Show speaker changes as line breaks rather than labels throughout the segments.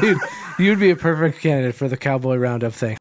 Dude, you'd be a perfect candidate for the cowboy roundup thing.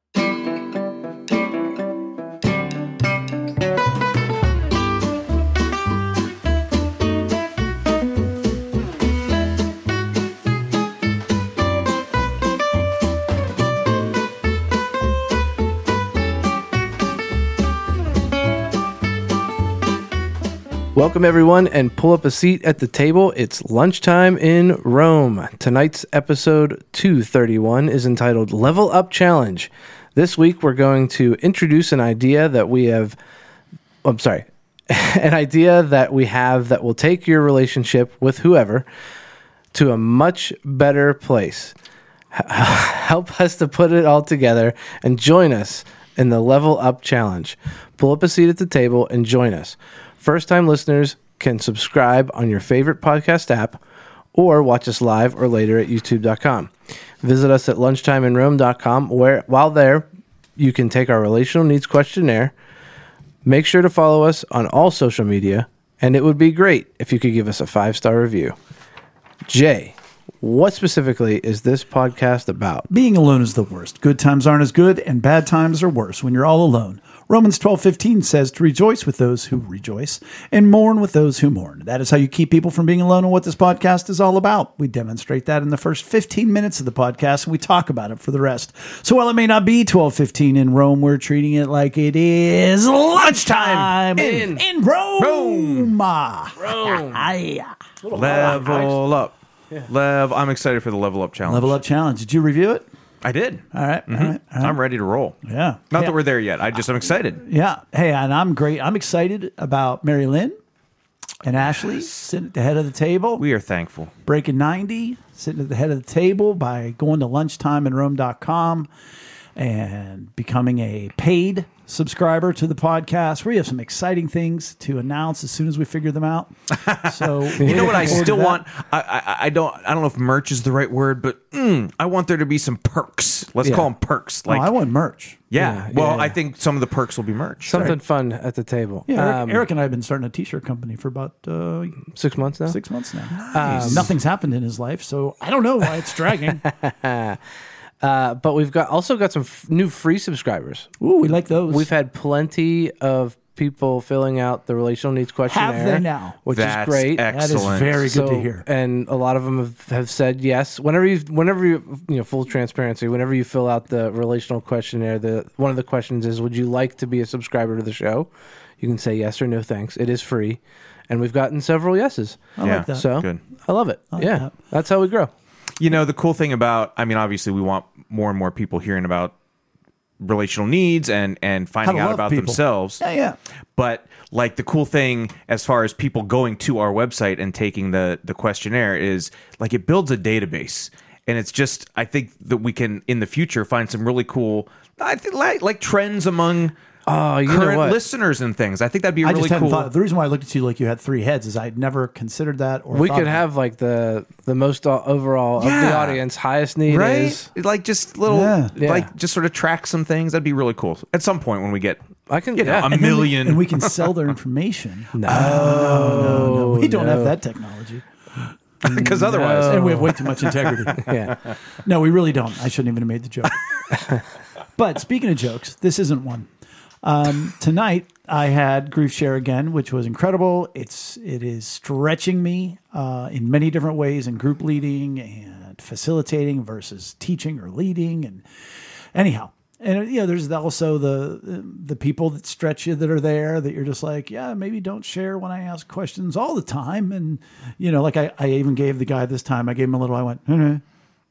Welcome, everyone, and pull up a seat at the table. It's lunchtime in Rome. Tonight's episode 231 is entitled Level Up Challenge. This week, we're going to introduce an idea that we have. I'm sorry, an idea that we have that will take your relationship with whoever to a much better place. Help us to put it all together and join us in the Level Up Challenge. Pull up a seat at the table and join us. First time listeners can subscribe on your favorite podcast app or watch us live or later at youtube.com. Visit us at lunchtimeinrome.com where while there you can take our relational needs questionnaire. Make sure to follow us on all social media and it would be great if you could give us a five-star review. Jay, what specifically is this podcast about?
Being alone is the worst. Good times aren't as good, and bad times are worse when you're all alone. Romans twelve fifteen says to rejoice with those who rejoice and mourn with those who mourn. That is how you keep people from being alone and what this podcast is all about. We demonstrate that in the first 15 minutes of the podcast and we talk about it for the rest. So while it may not be twelve fifteen in Rome, we're treating it like it is lunchtime in, in Rome. Ah. Rome.
Level up. Lev, I'm excited for the level up challenge.
Level Up Challenge. Did you review it?
I did.
All right, all right. all right.
I'm ready to roll.
Yeah.
Not
Yeah.
that we're there yet. I just am excited.
Yeah. Hey, and I'm great. I'm excited about Mary Lynn and Ashley sitting at the head of the table,
We are thankful.
breaking 90, sitting at the head of the table by going to lunchtimeinrome.com and becoming a paid subscriber to the podcast. We have some exciting things to announce as soon as we figure them out. So
You know what? I still want. I, I I don't. I don't know if merch is the right word, but mm, I want there to be some perks. Let's
Yeah.
call them perks. Like
Oh, I want merch.
yeah.
Yeah,
Well,
yeah.
I think some of the perks will be merch.
Something fun at the table.
Yeah, Eric,
Um,
Eric and I have been starting a T-shirt company for about uh,
six months now.
six months now. Um, Nothing's happened in his life, so I don't know why it's dragging.
Uh, but we've got also got some f- new free subscribers.
Ooh, we like those.
We've had plenty of people filling out the relational needs questionnaire.
they now?
Which
That's
is great.
That is
excellent.
very good to
So-
hear.
And a lot of them have, have said yes. Whenever you, whenever you, you know, full transparency. Whenever you fill out the relational questionnaire, the one of the questions is, "Would you like to be a subscriber to the show?" You can say yes or no, thanks. It is free, and we've gotten several yeses.
I
Yeah.
like that.
So
Good.
I love it. yeah,
Oh. that.
that's how we grow.
You know, the cool thing about, I mean, obviously, we want more and more people hearing about relational needs and and finding
to
out
love
about
people.
themselves.
yeah, yeah.
But like the cool thing as far as people going to our website and taking the the questionnaire is like it builds a database. And it's just I think that we can in the future find some really cool I think like like trends among
Oh, you know
current
what?
listeners and things. I think that'd be
I
really
just hadn't
cool.
thought. The reason why I looked at you like you had three heads is I'd never considered that. Or
we
thought
could
of it.
have like the the most o- overall of the
Yeah.
audience highest need
Right,
is
like just little,
Yeah.
Yeah.
like just sort of track some things. That'd be really cool at some point when we get,
I can-
you know, Oh.
yeah.
a
And
And then we-
million.
and we can sell their information. no,
no,
we don't
no. Oh.
have that technology,
because otherwise,
and we have way too much integrity.
yeah.
No, we really don't. I shouldn't even have made the joke. but speaking of jokes, this isn't one. Um, tonight I had grief share again, which was incredible. It's it is stretching me uh, in many different ways, in group leading and facilitating versus teaching or leading, and anyhow. And you know, there's also the the people that stretch you that are there that you're just like, yeah, maybe don't share when I ask questions all the time. And you know, like I, I even gave the guy this time, I gave him a little, I went, "Mhm."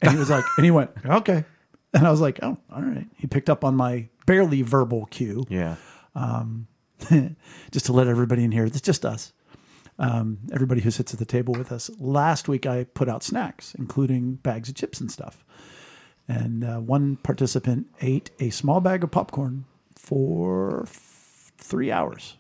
and he was like, and he went, okay. And I was like, oh, all right. He picked up on my barely verbal cue
yeah,
just to let everybody in here, it's just us, um, everybody who sits at the table with us. Last week, I put out snacks, including bags of chips and stuff. And uh, one participant ate a small bag of popcorn for f- three hours.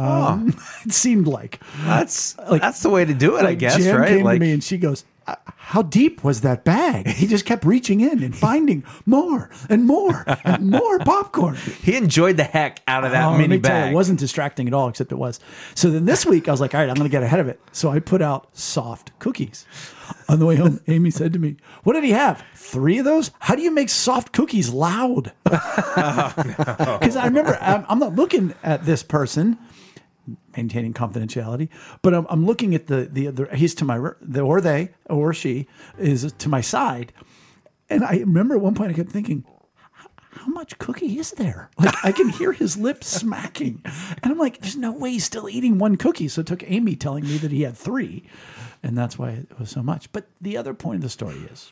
Um, It seemed like.
that's
Like-
that's the way to do it, I
Like,
guess,
Jan
right?
came
Like,
to me and she goes, uh, how deep was that bag? He just kept reaching in and finding more and more and more popcorn.
He enjoyed the heck out of that
Oh, let
mini
me tell you,
bag.
it wasn't distracting at all, except it was. So then this week, I was like, all right, I'm going to get ahead of it. So I put out soft cookies. On the way home, Amy said to me, What did he have? Three of those? How do you make soft cookies loud?
Oh,
Because I remember, I'm, I'm not looking at this person. Maintaining confidentiality, but I'm, I'm looking at the the other. He's to my r- the or they or she is to my side, and I remember at one point I kept thinking, how much cookie is there? Like I can hear his lips smacking. And I'm like, there's no way he's still eating one cookie. So it took Amy telling me that he had three. And that's why it was so much. But the other point of the story is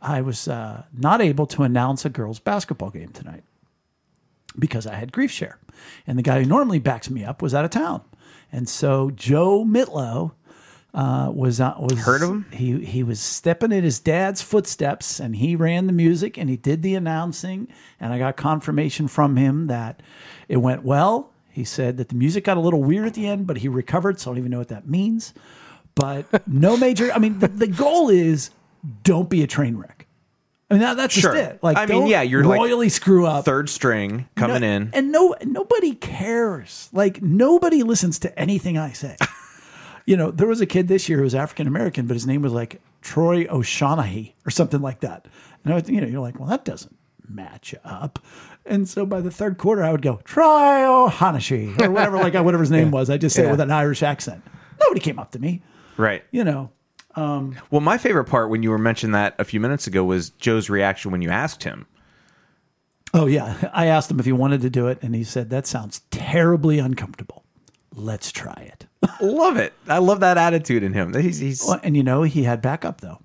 I was uh, not able to announce a girls' basketball game tonight because I had grief share. And the guy who normally backs me up was out of town. And so Joe Mitlow uh, was uh, was
Heard of him?
He he was stepping in his dad's footsteps, and he ran the music and he did the announcing. And I got confirmation from him that it went well. He said that the music got a little weird at the end, but he recovered. So I don't even know what that means. But no major. I mean, the, the goal is don't be a train wreck. I mean, that, that's
Sure.
just it. Like,
I mean,
don't
yeah, you're like
royally screw up.
Third string coming
No,
in.
And no nobody cares. Like nobody listens to anything I say. you know, there was a kid this year who was African American, but his name was like Troy O'Shaughnessy or something like that. And I was, you know, you're like, well, that doesn't match up. And so by the third quarter, I would go Troy O'Shaughnessy or whatever, like whatever his name was. I just say it with an Irish accent. Nobody came up to me.
Right.
You know,
Well, my favorite part when you were mentioned that a few minutes ago was Joe's reaction when you asked him.
Oh yeah, I asked him if he wanted to do it, and he said that sounds terribly uncomfortable. Let's try it.
love it. I love that attitude in him. He's, he's
Well, and you know, he had backup though,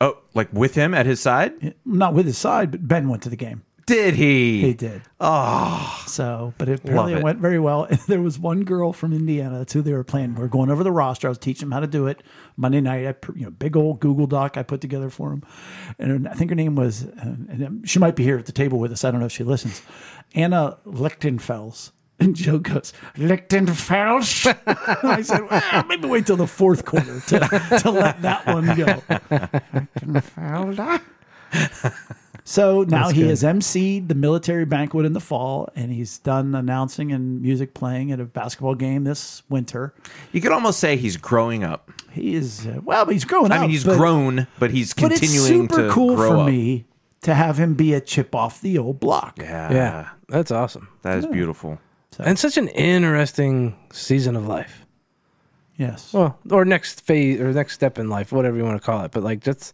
oh, like with him at his side.
not with his side, but Ben went to the game.
Did he?
He did. Oh, so but it, apparently
Love
it
it.
went very well. And there was one girl from Indiana. That's who they were playing. We are going over the roster. I was teaching them how to do it Monday night. I pr- you know big old Google Doc I put together for him, and I think her name was. uh, and um, she might be here at the table with us. I don't know if she listens. Anna Lichtenfels. And Joe goes, Lichtenfels. And I said, well, maybe wait till the fourth quarter to, to let that one go. Lichtenfelder. So now he has emceed the military banquet in the fall, and he's done announcing and music playing at a basketball game this winter.
You could almost say he's growing up.
He is uh, well, but he's growing
I
up.
mean, he's
but,
grown, but he's
But
continuing
it's super
to
cool
grow
for
up.
me to have him be a chip off the old block.
Yeah,
Yeah, that's awesome.
that is beautiful.
And such an interesting season of life.
Yes.
Well, or next phase or next step in life, whatever you want to call it. But like just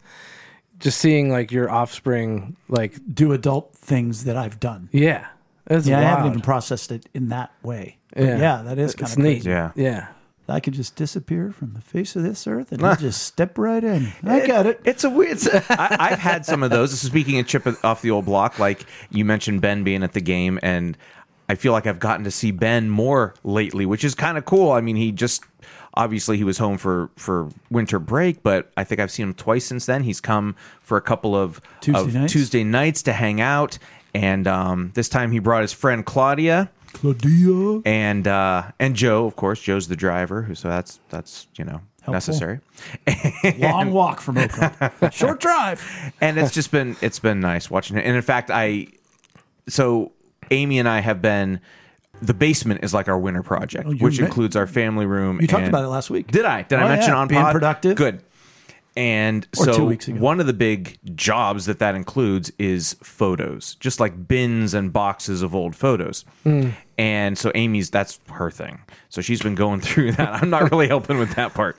just seeing like your offspring, like
Do adult things that I've done.
yeah, that's
Yeah, I haven't
wild.
even processed it in that way. But
Yeah.
Yeah, that is kind
It's
of
neat.
crazy.
Yeah.
yeah.
I could just disappear from the face of this earth and he'll just step right in. I got it.
It's a weird. It's I, I've had some of those. Speaking of chip off the old block, like you mentioned Ben being at the game, and I feel like I've gotten to see Ben more lately, which is kind of cool. I mean, he just obviously he was home for for winter break, but I think I've seen him twice since then. He's come for a couple of
Tuesday
of
nights?
Tuesday nights to hang out, and um, this time he brought his friend Claudia
Claudia.
and uh, and Joe, of course. Joe's the driver, who so that's that's you know necessary.
Long walk from Oakland. Short drive.
and it's just been it's been nice watching it. And in fact, I so Amy and I have been the basement is like our winter project,
Oh, you
which
me-
includes our family room.
You talked
and-
about it last week.
Did I? Did
Oh,
I mention
yeah.
on
Being
pod?
productive.
Good. And
Or
so
two weeks ago.
one of the big jobs that that includes is photos, just like bins and boxes of old photos.
Hmm.
And so Amy's that's her thing. So she's been going through that. I'm not really helping with that part,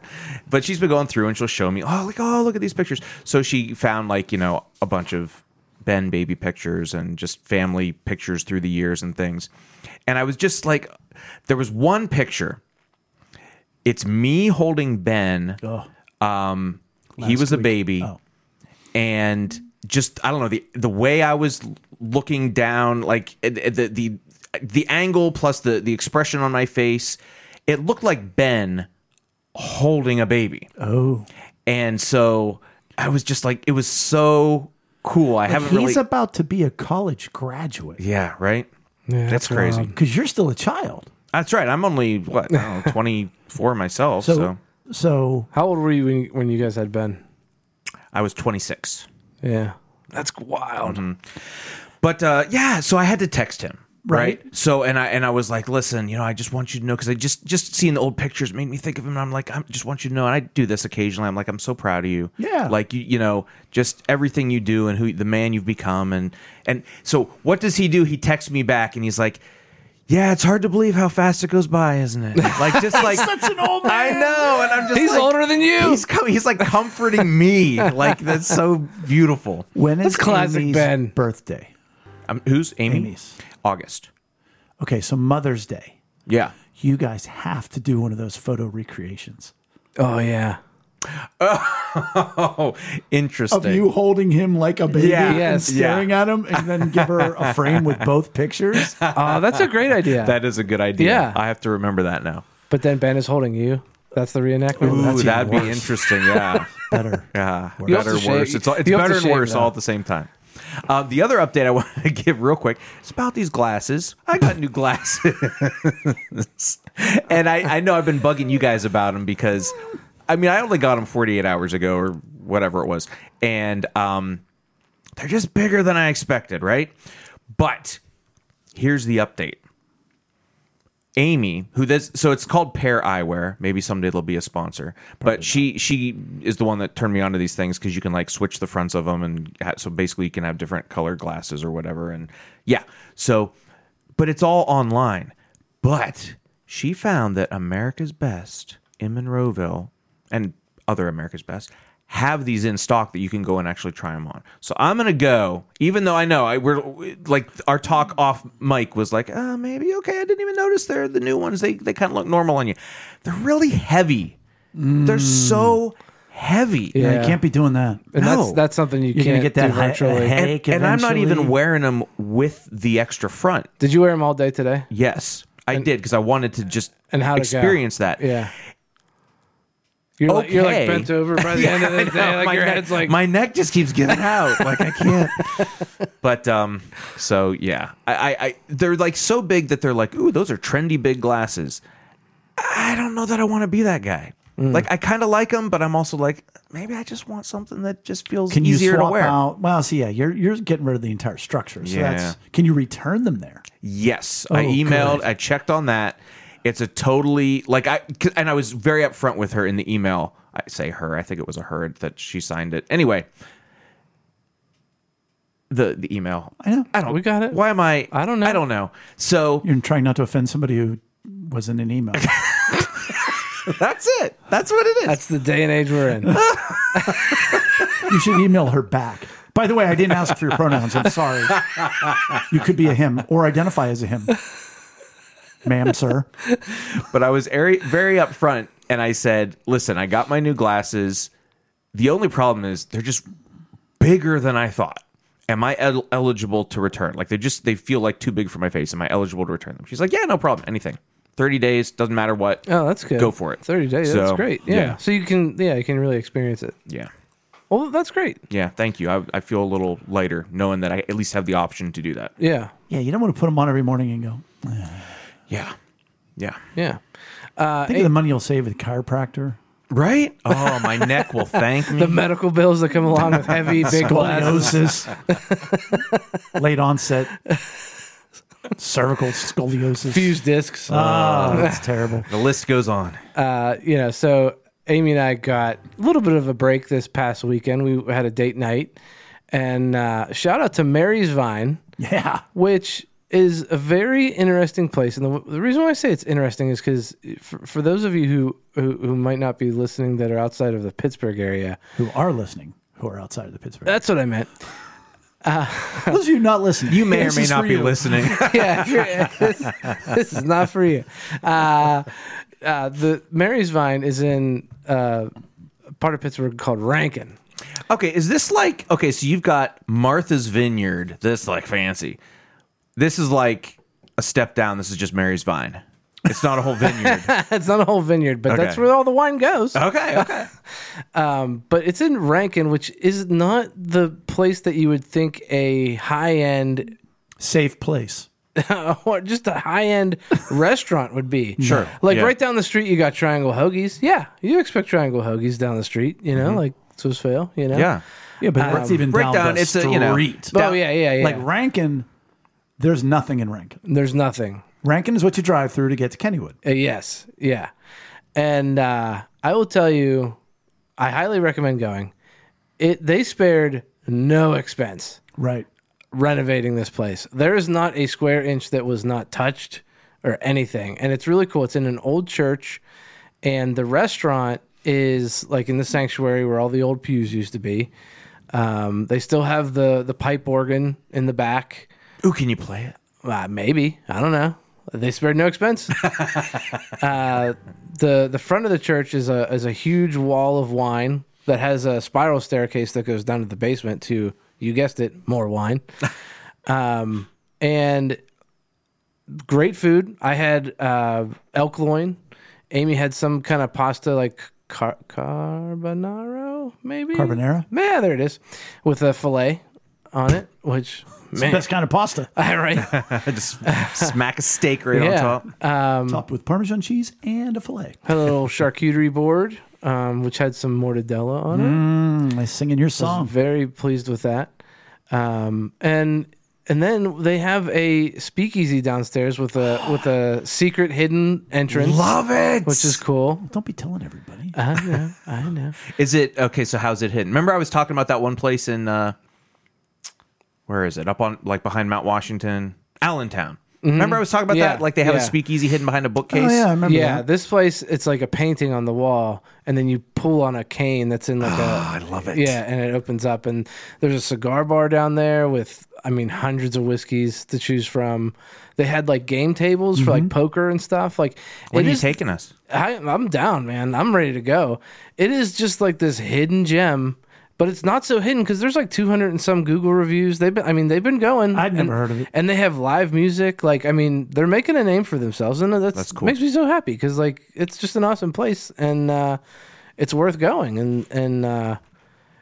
but she's been going through and she'll show me. Oh, like oh, look at these pictures. So she found like you know a bunch of Ben baby pictures and just family pictures through the years and things. And I was just like, there was one picture it's me holding Ben.
Oh.
Um, he
Last
was a
week.
baby,
Oh.
and just I don't know the the way I was looking down, like eh, eh, the the the angle plus the the expression on my face, it looked like Ben holding a baby.
Oh.
And so I was just like, it was so cool. I haven't
He's
really,
about to be a college graduate
yeah, right.
Yeah,
that's
that's
um,
crazy.
because you're still a child.
That's right. I'm only what I don't know, 24 myself.
So,
so
So
How old were you when, you when you guys had Ben?
I was 26.
Yeah. That's wild.
But uh, yeah, so I had to text him. Right?
Right.
So and I and I was like, listen, you know, I just want you to know because I just just seeing the old pictures made me think of him. And I'm like, I just want you to know. And I do this occasionally. I'm like, I'm so proud of you.
Yeah.
Like you, you know, just everything you do and who the man you've become. And and so what does he do? He texts me back and he's like, yeah, it's hard to believe how fast it goes by, isn't it? Like just like
that's an old
I know, and I'm just
He's
like-
older than you.
He's com- he's like comforting me. Like that's so beautiful.
When
That's
is
classic
Amy's
Ben.
birthday?
Um, who's Amy?
Amy's.
August.
Okay, so Mother's Day.
Yeah.
You guys have to do one of those photo recreations
Mm-hmm.
Oh, yeah.
Oh, interesting.
of you holding him like a baby
Yeah,
and
yes,
yeah.
staring at him, and then give her a frame with both pictures.
Oh, that's a great idea.
that is a good idea.
Yeah.
I have to remember that now.
but then Ben is holding you. That's the reenactment.
Ooh,
That's-
that'd be interesting. Yeah.
Better.
Yeah.
You have
Better,
to shave-
worse. It's, all- it's
you have to
better and
shave
worse
that.
all at the same time. Uh, the other update I wanted to give real quick is about these glasses. I got new glasses. and I, I know I've been bugging you guys about them because, I mean, I only got them 48 hours ago or whatever it was. And um, they're just bigger than I expected, right? But here's the update. Amy, who this so it's called Pair Eyewear. Maybe someday they'll be a sponsor. But she she is the one that turned me onto these things because you can like switch the fronts of them and ha- so basically you can have different colored glasses or whatever. And yeah, so but it's all online. But she found that America's Best in Monroeville and other America's Best have these in stock that you can go and actually try them on. So I'm gonna go, even though I know I we're like our talk off mic was like, uh, maybe okay, I didn't even notice they're the new ones. They they kind of look normal on you. They're really heavy. They're so heavy.
Yeah,
Yeah.
you can't be doing that.
and that's,
no.
that's something you
You're gonna
can't
get that
do
hi-
uh,
virtually.
hi-
And,
Heck,
and I'm not
eventually-
even wearing them with the extra front.
Did you wear them all day today?
Yes, I did because I wanted to just
And how to go.
experience that.
Yeah. You're, like, you're like
Okay.
bent over by the end of the day. Like
my
your
neck,
head's like,
my neck just keeps giving out. Like I can't. but um, so yeah, I, I, I they're like so big that they're like, ooh, those are trendy big glasses. I don't know that I want to be that guy. Like I kind of like them, but I'm also like, maybe I just want something that just feels
Can
easier
you swap
to wear.
out? Well, see, yeah, you're you're getting rid of the entire structure. So
Yeah.
that's can you return them there?
Yes, I
Oh,
emailed.
good.
I checked on that. It's a totally like I c- and I was very upfront with her in the email. I say her. I think it was a her that she signed it. Anyway, the the email. I
know.
I don't.
We got it.
Why am I?
I don't know.
I don't know. So
You're trying not to offend somebody who wasn't an email.
that's it. That's what it is.
that's the day and age we're in. Oh,
you should email her back. By the way, I didn't ask for your pronouns. I'm sorry. You could be a him or identify as a him. Ma'am, sir.
but I was very very upfront and I said, "Listen, I got my new glasses. The only problem is they're just bigger than I thought. Am I el- eligible to return? Like they just they feel like too big for my face. Am I eligible to return them?" She's like, "Yeah, no problem. Anything. 30 days, doesn't matter what."
Oh, that's good.
Go for it.
30 days. that's
So,
great. Yeah.
yeah.
So you can, yeah, you can really experience it.
Yeah.
Well, that's great.
Yeah, thank you. I, I feel a little lighter knowing that I at least have the option to do that.
Yeah.
Yeah, you don't want to put them on every morning and go,
Yeah. Yeah.
Yeah.
Uh,
think of the money you'll save at the chiropractor.
Right? Oh, my neck will thank me.
The medical bills that come along with heavy, big glasses.
Scoliosis. Late onset. Cervical scoliosis.
Fused discs.
Ah.
Oh, that's terrible.
The list goes on.
uh, you know, so Amy and I got a little bit of a break this past weekend. We had a date night, and uh, shout out to Mary's Vine,
Yeah.
which is a very interesting place. And the, the reason why I say it's interesting is because for, for those of you who, who who might not be listening that are outside of the Pittsburgh area,
Who are listening, who are outside of the
Uh,
Pittsburgh.
that's what I meant.
Those of you not listening.
You may
this
or may
is
not
for
be
you.
listening.
yeah, if you're- this, this is not for you. Uh, uh, the Mary's Vine is in uh, a part of Pittsburgh called Rankin.
Okay, is this like okay? So you've got Martha's Vineyard. This like fancy. This is like a step down. This is just Mary's Vine. It's not a whole vineyard.
It's not a whole vineyard, but that's
Okay. Uh,
where all the wine goes.
okay, okay.
Um, but it's in Rankin, which is not the place that you would think a high end.
Safe place.
what just a high end restaurant would be.
Sure.
Like
Yeah.
right down the street, you got Triangle Hoagies. Yeah, you expect Triangle Hoagies down the street. You know, like Swiss Fail. You know.
Mm-hmm. Yeah.
Yeah, but that's even
breakdown,
down the
it's a, you know,
street.
Oh yeah, yeah, yeah.
Like Rankin, there's nothing in Rankin.
There's nothing.
Rankin is what you drive through to get to Kennywood.
Uh, yes. Yeah. And uh, I will tell you, I highly recommend going. It they spared no expense
Right.
renovating this place. There is not a square inch that was not touched or anything. And it's really cool. It's in an old church, and the restaurant is like in the sanctuary where all the old pews used to be. Um, they still have the the pipe organ in the back.
Ooh, can you play it?
Uh, maybe I don't know. They spared no expense. uh, the the front of the church is a is a huge wall of wine that has a spiral staircase that goes down to the basement to you guessed it more wine, um, and great food. I had uh, elk loin. Amy had some kind of pasta like car- carbonaro, maybe
Carbonara?
Yeah, there it is, with a fillet on it, which man,
Best kind of pasta,
all right.
I just smack a steak right on top.
Um,
topped with Parmesan cheese and a filet.
had a little charcuterie board, um, which had some mortadella on it.
Am Mm, I singing your song?
Very pleased with that. Um, and and then they have a speakeasy downstairs with a with a secret hidden entrance,
Love it.
which is cool.
Don't be telling everybody.
I know, I know.
Is it okay? So how's it hidden? Remember, I was talking about that one place in uh, where is it? Up on like behind Mount Washington, Allentown. Remember, I was talking about
Yeah,
that. Like they have a
yeah.
speakeasy hidden behind a bookcase.
oh yeah, I remember
Yeah,
that.
this place it's like a painting on the wall, and then you pull on a cane that's in like a.
I love it.
Yeah, and it opens up, and there's a cigar bar down there with, I mean, hundreds of whiskeys to choose from. They had like game tables for like poker and stuff. Like,
When
it
are you
is-
taking us?
I, I'm down, man. I'm ready to go. It is just like this hidden gem, but it's not so hidden because there's like 200 and some Google reviews. They've been, I mean, they've been going.
I'd never
And-
heard of it.
And they have live music. Like, I mean, they're making a name for themselves, and that's,
That's cool.
makes me so happy because like it's just an awesome place, and uh, it's worth going. And and uh,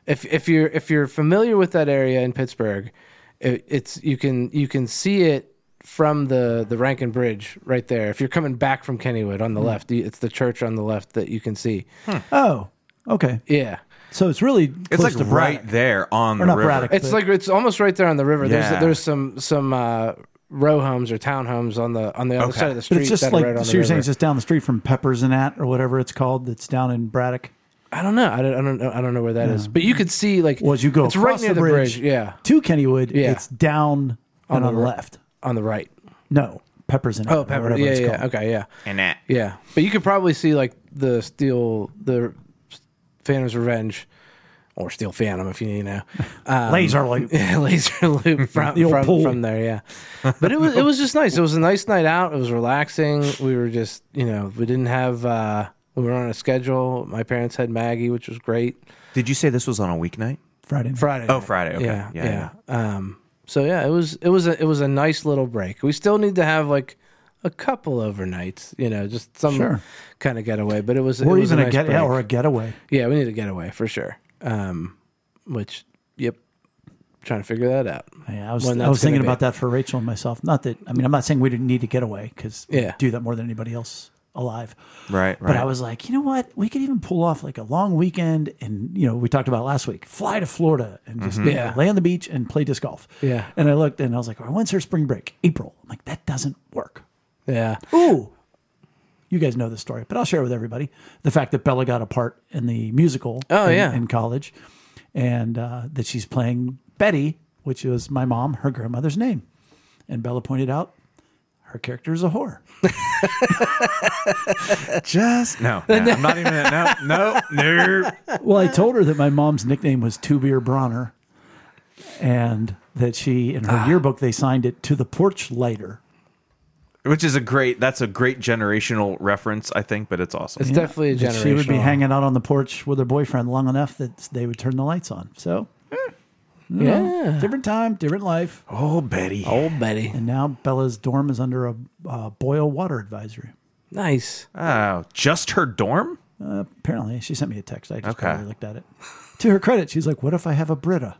if if you're if you're familiar with that area in Pittsburgh, it, it's you can you can see it from the the Rankin Bridge right there. If you're coming back from Kennywood on the left, you- it's the church on the left that you can see.
Oh, okay.
Yeah,
So it's really
It's
close to
like right
Braddock.
there on the
not
river.
Braddock.
it's like it's almost right there on the river.
Yeah.
There's there's some some uh, row homes or townhomes on the on the other
Okay.
side of the street.
But it's just
that are
like
right on
so
the
you're saying it's
river.
just down the street from Peppers and that or whatever it's called that's down in Braddock.
I don't know. I don't, I don't know. I don't know where that is. But you could see like
Well, as you go
it's right
across
near
the
the
bridge,
bridge. Yeah,
To Kennywood,
Yeah.
it's down and on the
the ri-
left.
on the right.
No, Peppers and
Oh, Pepper. Yeah, yeah. Okay, yeah.
And that.
Yeah, but you could probably see like the Steel, the Phantom's Revenge, or Steel Phantom if you need to know.
Laser light.
Um, laser loop from
The old
from,
pool.
from there, yeah. But it was it was just nice. It was a nice night out. It was relaxing. We were just you know we didn't have uh, we were on a schedule. My parents had Maggie, which was great.
Did you say this was on a weeknight?
Friday. night.
Friday.
Oh,
night.
Friday. Okay.
Yeah,
Yeah,
yeah. Um, so yeah, it was it was a it was a nice little break. We still need to have like a couple overnights, you know, just some
Sure.
kind of getaway. But it was
Or
it was
even a,
nice
get
break.
yeah, or a getaway.
yeah, we need a getaway for sure. Um, which yep, trying to figure that out.
Yeah, I was,
when
I
that's
was thinking
gonna be.
about that for Rachel and myself. Not that I mean, I'm not saying we didn't need to get away because
Yeah.
do that more than anybody else alive.
Right. Right.
But I was like, you know what? We could even pull off like a long weekend, and you know, we talked about last week. Fly to Florida and just you know,
Mm-hmm. Yeah.
lay on the beach and play disc golf.
Yeah.
And I looked and I was like, well, when's her spring break? April. I'm like, that doesn't work.
Yeah,
Ooh. You guys know this story, but I'll share it with everybody. The fact that Bella got a part in the musical
Oh,
in,
yeah.
in college and uh, that she's playing Betty, which was my mom, her grandmother's name. And Bella pointed out her character is a whore.
just no. no, I'm not even. No. No. No.
well, I told her that my mom's nickname was Two Beer Bronner and that she, in
Ah.
her yearbook, they signed it to the porch lighter.
Which is a great. That's a great generational reference, I think. But it's awesome.
it's definitely a
That
generation.
She would be hanging out on the porch with her boyfriend long enough that they would turn the lights on. So,
Yeah,
different time, different life.
oh, Betty.
old Betty.
And now Bella's dorm is under a uh, boil water advisory.
Nice.
Oh, just her dorm.
Uh, apparently, she sent me a text. I just
Okay.
probably looked at it. To her credit, she's like, "What if I have a Brita?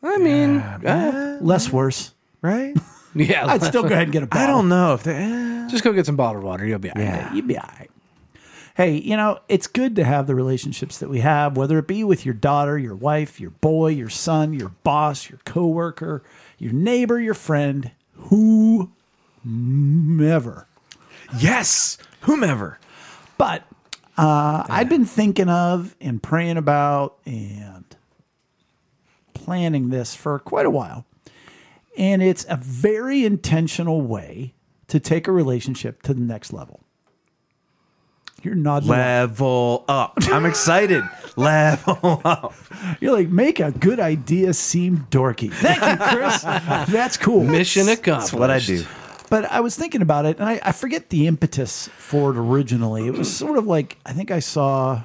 I mean, uh,
Less worse."
Right.
Yeah,
I'd still go ahead and get a bottle.
I don't know if they, eh.
just go get some bottled water. You'll be all right.
Yeah, you'd be all right. Hey, you know, it's good to have the relationships that we have, whether it be with your daughter, your wife, your boy, your son, your boss, your coworker, your neighbor, your friend, whomever.
yes, whomever.
But uh, I've been thinking of and praying about and planning this for quite a while. And it's a very intentional way to take a relationship to the next level. You're nodding. along.
Level up. I'm excited. Level up.
You're like, make a good idea seem dorky. Thank you, Chris. That's cool.
Mission accomplished.
That's what I do.
But I was thinking about it, and I, I forget the impetus for it originally. It was sort of like I think I saw,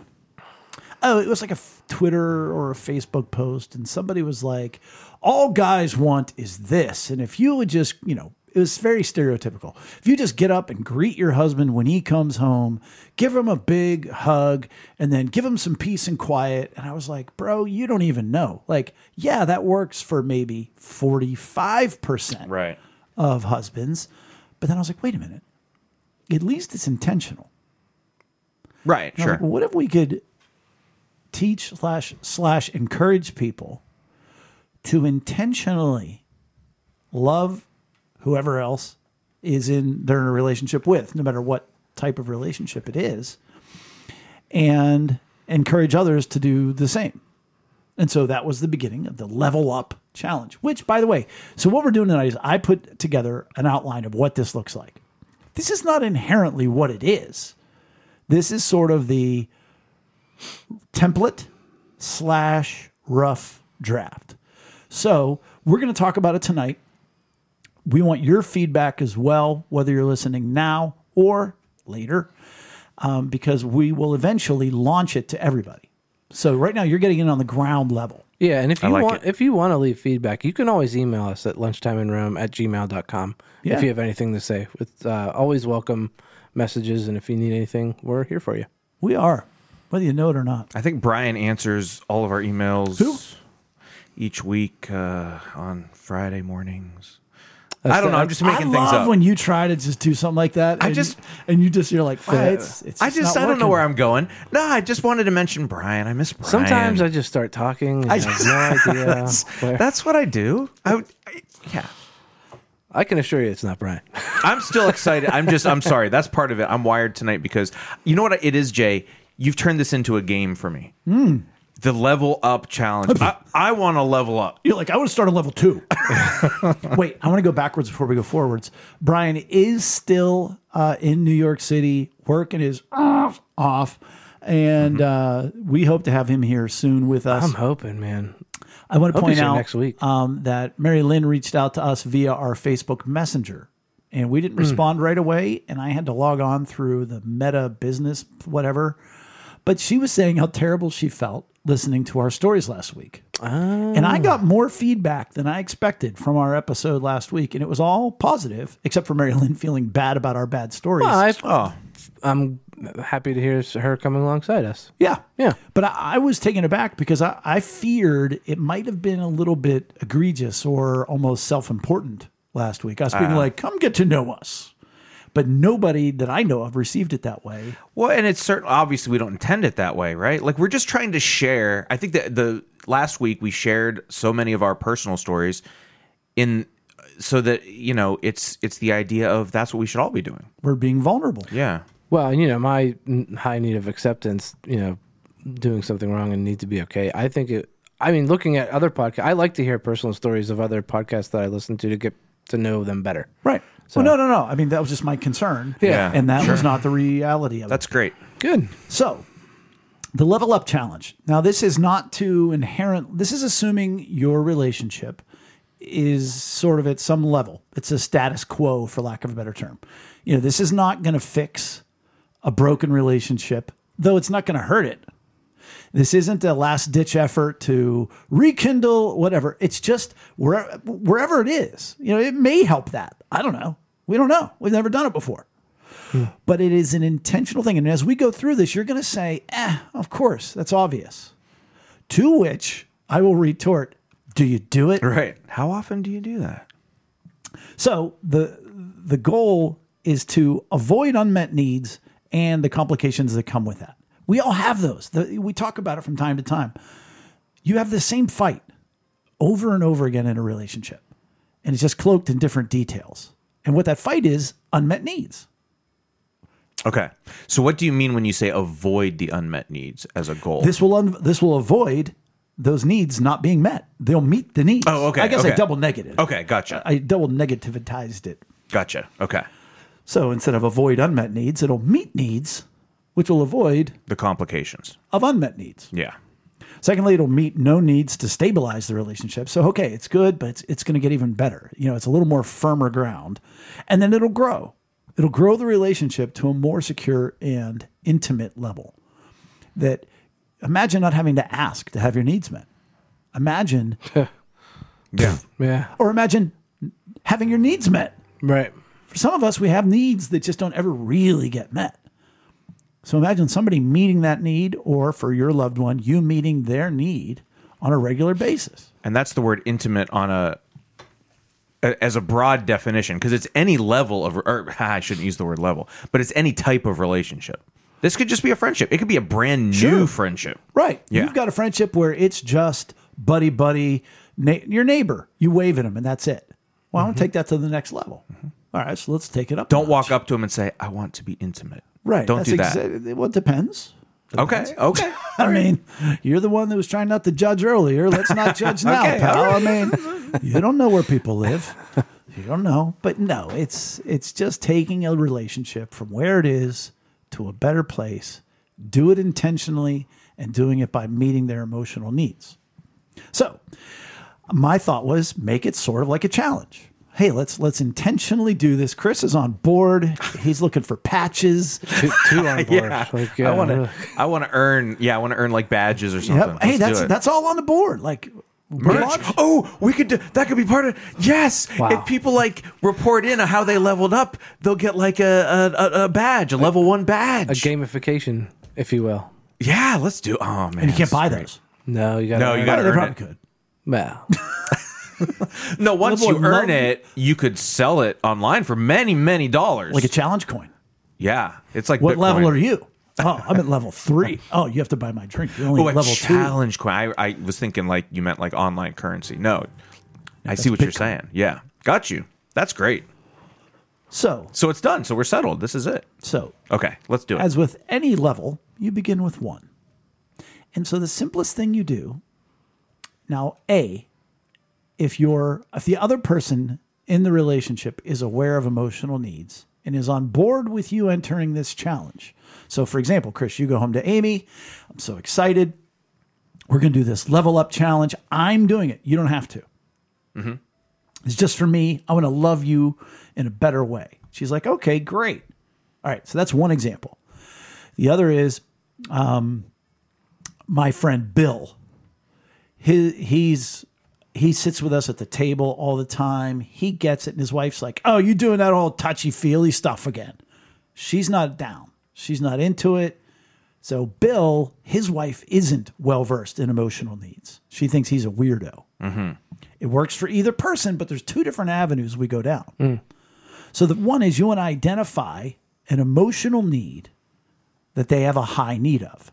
oh, it was like a f- Twitter or a Facebook post, and somebody was like, "All guys want is this," and if you would just, you know, it was very stereotypical. If you just get up and greet your husband when he comes home, give him a big hug, and then give him some peace and quiet. And I was like, "Bro, you don't even know." Like, yeah, that works for maybe forty-five percent,
Right.
of husbands. But then I was like, wait a minute. At least it's intentional. And
Right.
I was
Sure.
like, well, what if we could teach slash slash encourage people to intentionally love whoever else is in they're in a relationship with, no matter what type of relationship it is, and encourage others to do the same. And so that was the beginning of the level up challenge, which, by the way, so what we're doing tonight is I put together an outline of what this looks like. This is not inherently what it is. This is sort of the template slash rough draft. So we're going to talk about it tonight. We want your feedback as well, whether you're listening now or later, um, because we will eventually launch it to everybody. So right now, you're getting in on the ground level.
Yeah, and if you
like
want
it.
if you want to leave feedback, you can always email us at lunchtimeinrome at gmail.com
Yeah.
if you have anything to say. With uh, always welcome messages and if you need anything, we're here for you.
We are, whether you know it or not.
I think Brian answers all of our emails
Who?
each week uh, on Friday mornings.
That's
I don't know.
the-
I'm just making
I
things
love
up.
when you try to just do something like that.
I
and-
just-
and you just you're like, "Wow, it's, it's
I just
not
I don't know
working."
where I'm going. No, I just wanted to mention Brian. I miss Brian.
Sometimes I just start talking. And I,
just-
have no idea.
that's,
uh,
where-
that's what I do. I, would- I yeah.
I can assure you, it's not Brian.
I'm still excited. I'm just I'm sorry. That's part of it. I'm wired tonight because you know what it is, Jay. You've turned this into a game for me.
Hmm.
The level up challenge. I, I want to level up.
You're like, I want to start on level two. Wait, I want to go backwards before we go forwards. Brian is still uh, in New York City, working his off, off, and uh, we hope to have him here soon with us.
I'm hoping, man.
I want to
Hope
point
he's here
out
next week.
Um, that Mary Lynn reached out to us via our Facebook Messenger, and we didn't
Hmm.
respond right away. And I had to log on through the Meta business whatever. But she was saying how terrible she felt listening to our stories last week, and I
Ah.
got more feedback than I expected from our episode last week, and it was all positive except for Mary Lynn feeling bad about our bad stories.
I,
Oh,
I'm happy to hear her coming alongside us.
Yeah.
Yeah.
But I, I was taken aback because I, I feared it might have been a little bit egregious or almost self important last week. Us being like, come get to know us. But nobody that I know of received it that way.
Well, and it's certain. Obviously, we don't intend it that way, right? Like we're just trying to share. I think that the last week we shared so many of our personal stories, in so that you know it's it's the idea of that's what we should all be doing.
We're being vulnerable.
Yeah,
Well, and you know, my n- high need of acceptance, you know, doing something wrong and need to be okay. I think it, I mean, looking at other podcasts, I like to hear personal stories of other podcasts that I listen to to get to know them better.
Right. So no, no, no. I mean, that was just my concern.
Yeah.
And that was not the reality of it.
that's great.
Good.
So, the level up challenge. Now, this is not to inherent, this is assuming your relationship is sort of at some level. It's a status quo, for lack of a better term. You know, this is not going to fix a broken relationship, though it's not going to hurt it. This isn't a last ditch effort to rekindle whatever. It's just wherever, wherever it is. You know, it may help that. I don't know. We don't know. We've never done it before but it is an intentional thing. And as we go through this, you're going to say, eh, of course, that's obvious. To which I will retort, do you do it?
Right? How often do you do that?
So the the goal is to avoid unmet needs and the complications that come with that. We all have those. The, we talk about it from time to time. You have the same fight over and over again in a relationship, and it's just cloaked in different details. And what that fight is unmet needs.
Okay. So what do you mean when you say avoid the unmet needs as a goal?
This will un- this will avoid those needs not being met. They'll meet the needs.
Oh, okay,
I guess I
okay.
double negative.
okay, gotcha.
I double negativitized it.
gotcha. Okay.
So instead of avoid unmet needs, it'll meet needs, which will avoid
The complications.
of unmet needs.
Yeah.
Secondly, it'll meet no needs to stabilize the relationship. So okay, it's good, but it's, it's going to get even better. You know, it's a little more firmer ground, and then it'll grow. It'll grow the relationship to a more secure and intimate level. That imagine not having to ask to have your needs met. Imagine
Yeah.
Yeah.
or imagine having your needs met.
Right.
For some of us, we have needs that just don't ever really get met. So imagine somebody meeting that need, or for your loved one, you meeting their need on a regular basis.
and that's the word intimate on a a- as a broad definition because it's any level of or I shouldn't use the word level, but it's any type of relationship. This could just be a friendship. It could be a brand new
Sure.
friendship.
Right.
Yeah.
You've got a friendship where it's just buddy, buddy, na- your neighbor. You wave at them, and that's it. Well, I want to take that to the next level. All right, so let's take it up.
Mm-hmm. Don't walk up to him and say, "I want to be intimate."
Right.
Don't
that's
do that.
exa- well, it depends.
okay. Okay.
I mean, you're the one that was trying not to judge earlier. Let's not judge now,
Okay,
pal.
all
I mean, you don't know where people live. You don't know. But no, it's it's just taking a relationship from where it is to a better place. Do it intentionally and doing it by meeting their emotional needs. So, my thought was make it sort of like a challenge. Hey, let's let's intentionally do this. Chris is on board. He's looking for patches.
Two, two on board. Like, yeah,
I want
really.
to. I want to earn. Yeah, I want to earn like badges or something.
Yep. Hey,
Let's do
that's
it.
that's all on the board. Like
Merch.
watch-
Oh, we could do that. Could be part of yes.
Wow.
If people like report in on how they leveled up, they'll get like a a, a- a badge, a level one badge.
a gamification, if you will.
Yeah, let's do. Oh man,
You can't
this
buy
is great.
those.
No, you got
No, you gotta
they
earn
probably
it.
could.
Well,
No, once
Level
you
of
earn
love.
it, you could sell it online for many, many dollars.
Like a challenge coin.
yeah, it's like
What
Bitcoin.
level are you? Oh, I'm at level three. Oh, you have to buy my drink. You're only
Oh,
at
a
level two.
challenge coin. I, I was thinking like you meant like online currency. No, I see what you're saying. Yeah, got you. That's great.
So,
So it's done. So we're settled. This is it.
so
Okay, let's do it.
as with any level, you begin with one. And so the simplest thing you do now, A, if you're if the other person in the relationship is aware of emotional needs and is on board with you entering this challenge. So for example, Chris, you go home to Amy. I'm so excited. We're gonna do this level up challenge. I'm doing it. You don't have to. It's just for me. I want to love you in a better way. She's like, okay, great. All right, so that's one example. The other is um, my friend Bill. He, he's he sits with us at the table all the time. He gets it, and his wife's like, "Oh, you doing that whole touchy feely stuff again?" She's not down. She's not into it. So Bill, his wife, isn't well versed in emotional needs. She thinks he's a weirdo. It works for either person, but there's two different avenues we go down. So the one is you and I identify an emotional need that they have a high need of.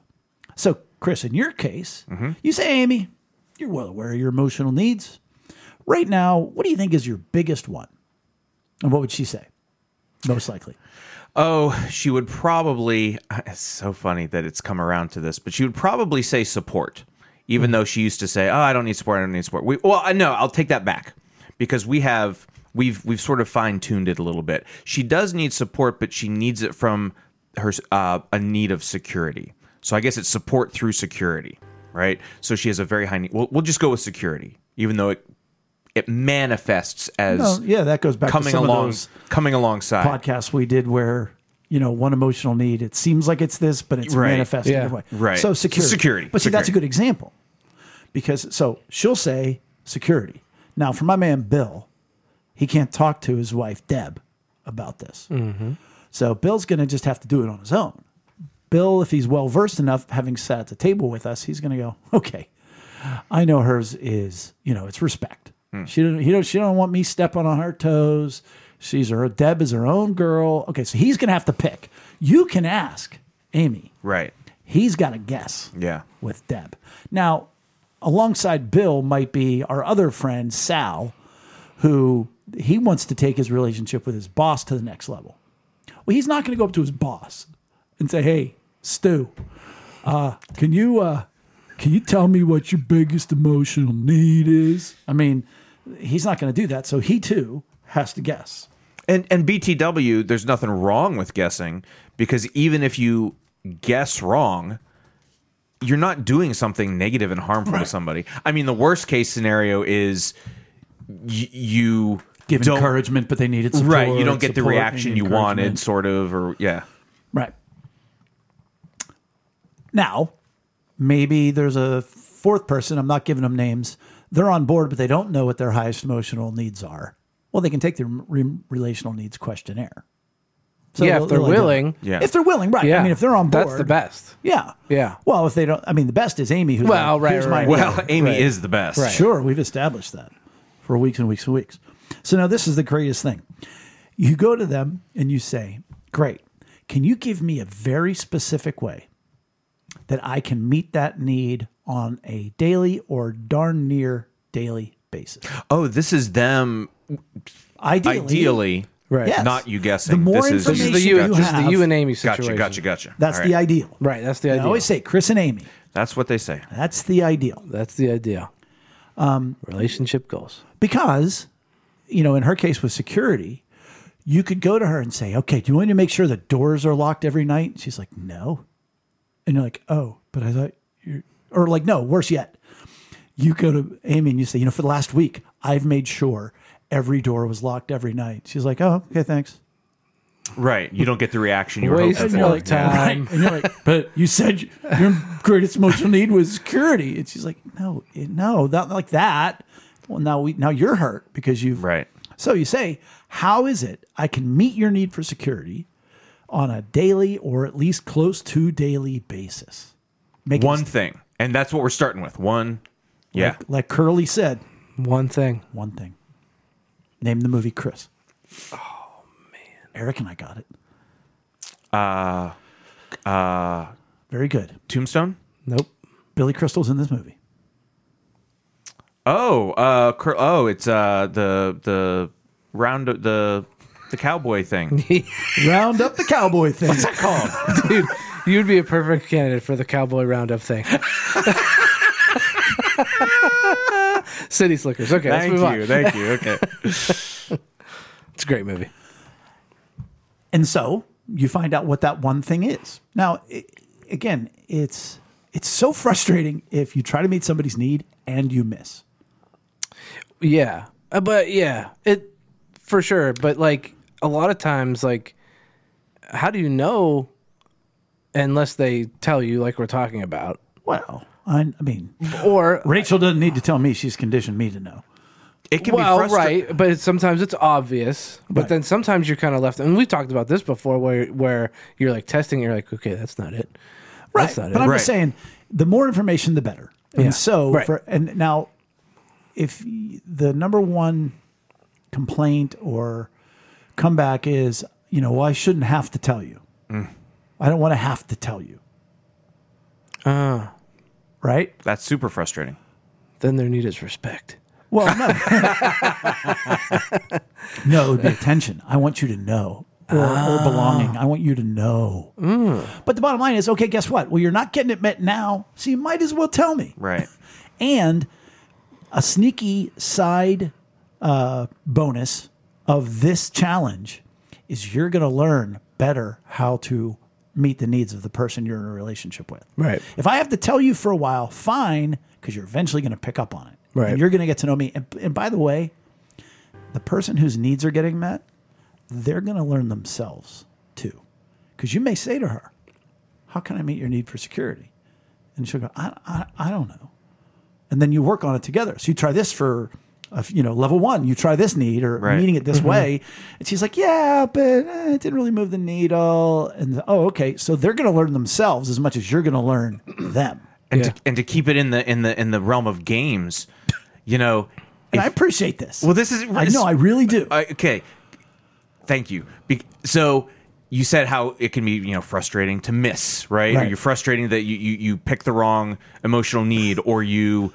So, Chris, in your case,
Mm-hmm.
you say, Amy, you're well aware of your emotional needs. Right now, what do you think is your biggest one? And what would she say? Most likely.
Oh, she would probably. It's so funny that it's come around to this, but she would probably say support,
Mm-hmm.
even though she used to say, "Oh, I don't need support. I don't need support." We, well, I no, I'll take that back because we have we've we've sort of fine tuned it a little bit. She does need support, but she needs it from her uh, a need of security. So I guess it's support through security, right? So she has a very high need. We'll, we'll just go with security, even though it it manifests as
No, yeah, that goes back to
coming
some of
along
those
coming alongside.
podcasts we did where you know one emotional need it seems like it's this but it's
Right.
manifested in a
Yeah.
different way
Right.
so security
Security.
but see that's a
Security.
good example because so she'll say security now for my man bill he can't talk to his wife deb about this so bill's going to just have to do it on his own bill if he's well versed enough having sat at the table with us he's going to go okay i know hers is you know it's respect
Hmm.
She don't, you know, she don't want me stepping on her toes. She's her Deb is her own girl. Okay, so he's gonna have to pick. You can ask Amy.
Right.
He's got to guess
Yeah.
with Deb. Now, alongside Bill might be our other friend, Sal, who he wants to take his relationship with his boss to the next level. Well, he's not going to go up to his boss and say, hey, Stu, uh, can you. Uh, can you tell me what your biggest emotional need is? I mean, he's not going to do that. So he too has to guess.
And and BTW, there's nothing wrong with guessing because even if you guess wrong, you're not doing something negative and harmful to somebody. I mean, the worst case scenario is y- you
Give
don't
encouragement, but they needed support.
right. You don't get the
support and
reaction you
encouragement.
wanted, sort of, or yeah.
Right. Now, maybe there's a fourth person, I'm not giving them names. They're on board, but they don't know what their highest emotional needs are. Well, they can take the re- relational needs questionnaire. So
Yeah, if
they'll-
they're
they'll identify-
willing.
Yeah.
If they're willing, right.
Yeah.
I mean, if they're on board.
That's the best.
Yeah.
Yeah.
Well, if they don't, I mean, the best is Amy who's
Well,
like,
right,
here's
right,
my
right.
need.
Well, Amy
Right.
is the best.
Right.
Sure, we've established that for weeks and weeks and weeks. So now this is the greatest thing. You go to them and you say, Great, can you give me a very specific way that I can meet that need on a daily or darn near daily basis?
Oh, this is them
Ideally,
ideally,
Right.
Yes.
not you guessing.
The more
this is
This is the
Information
you.
you
This is the
have.
you and Amy
gotcha,
situation.
gotcha, gotcha.
that's
All
the
right.
ideal.
Right. That's the
I
idea.
always say Chris and Amy.
That's what they say.
That's the ideal.
That's the idea. Um, Relationship goals.
because you know in her case with security you could go to her and say okay do you want me to make sure the doors are locked every night And she's like no and you're like oh but i thought you're or like no worse yet you go to amy and you say you know for the last week i've made sure every door was locked every night she's like oh okay thanks
Right. You don't get the reaction you were
Waste
hoping
of
for. Yeah.
time.
and you're like but you said your greatest emotional need was security and she's like no it- no not like that well now we now you're hurt because you've
Right.
So you say, how is it I can meet your need for security on a daily or at least close to daily basis? Make
One
it,
thing. And that's what we're starting with. One. Yeah.
like, like Curly said,
One thing.
one thing. Name the movie Chris. Oh man, Uh, Eric and I got it. Uh, uh, very good.
Tombstone?
Nope.
Billy Crystal's in this movie.
Oh, uh cur- oh, it's uh the the round the the cowboy thing.
Round up the cowboy thing. What's that called?
Dude, you'd be a perfect candidate for the cowboy roundup thing. City Slickers. Okay, let's
thank
move
you.
on.
Thank you. Okay.
It's a great movie.
And so you find out what that one thing is. Now, i again, it's it's so frustrating if you try to meet somebody's need and you miss.
Yeah, Uh, but yeah, it for sure. But like a lot of times, like how do you know unless they tell you, like we're talking about,
Well, I, I mean,
or
Rachel doesn't need to tell me; she's conditioned me to know.
It can
well,
be frustrating.
right? But it's, sometimes it's obvious. But
Right.
then sometimes you're kind of left, and we talked about this before, where where you're like testing, you're like, okay, that's not it.
Right.
That's not
but
it.
I'm
Right.
just saying, the more information, the better. And
Yeah.
so,
Right.
for, and now, if y- the number one complaint or comeback is, you know, well, I shouldn't have to tell you. I don't want to have to tell you. Uh, right?
That's super frustrating.
Then their need is respect.
Well, no. no, it would be attention. I want you to know. Or,
Ah.
or belonging. I want you to know.
Mm.
But the bottom line is okay, guess what? Well, you're not getting it met now, so you might as well tell me.
Right.
And a sneaky side uh, bonus of this challenge is you're going to learn better how to meet the needs of the person you're in a relationship with.
Right.
If I have to tell you for a while, fine, because you're eventually going to pick up on it.
Right.
And you're going to get to know me. And, and by the way, the person whose needs are getting met, they're going to learn themselves too. Because you may say to her, How can I meet your need for security? And she'll go, I, I, I don't know. And then you work on it together. So you try this for, a f- you know, level one. You try this need or
Right. Mm-hmm.
meeting it this way. And she's like, Yeah, but eh, it didn't really move the needle. And oh, okay. So they're going to learn themselves as much as you're going to learn them.
and
Yeah.
to, and to keep it in the in the in the realm of games, you know,
And I appreciate this.
Well, this is.
I know, I really do.
I- okay, thank you. Be- so you said how it can be, you know, frustrating to miss, right? Or
Right.
you're frustrating that you, you you pick the wrong emotional need, or you.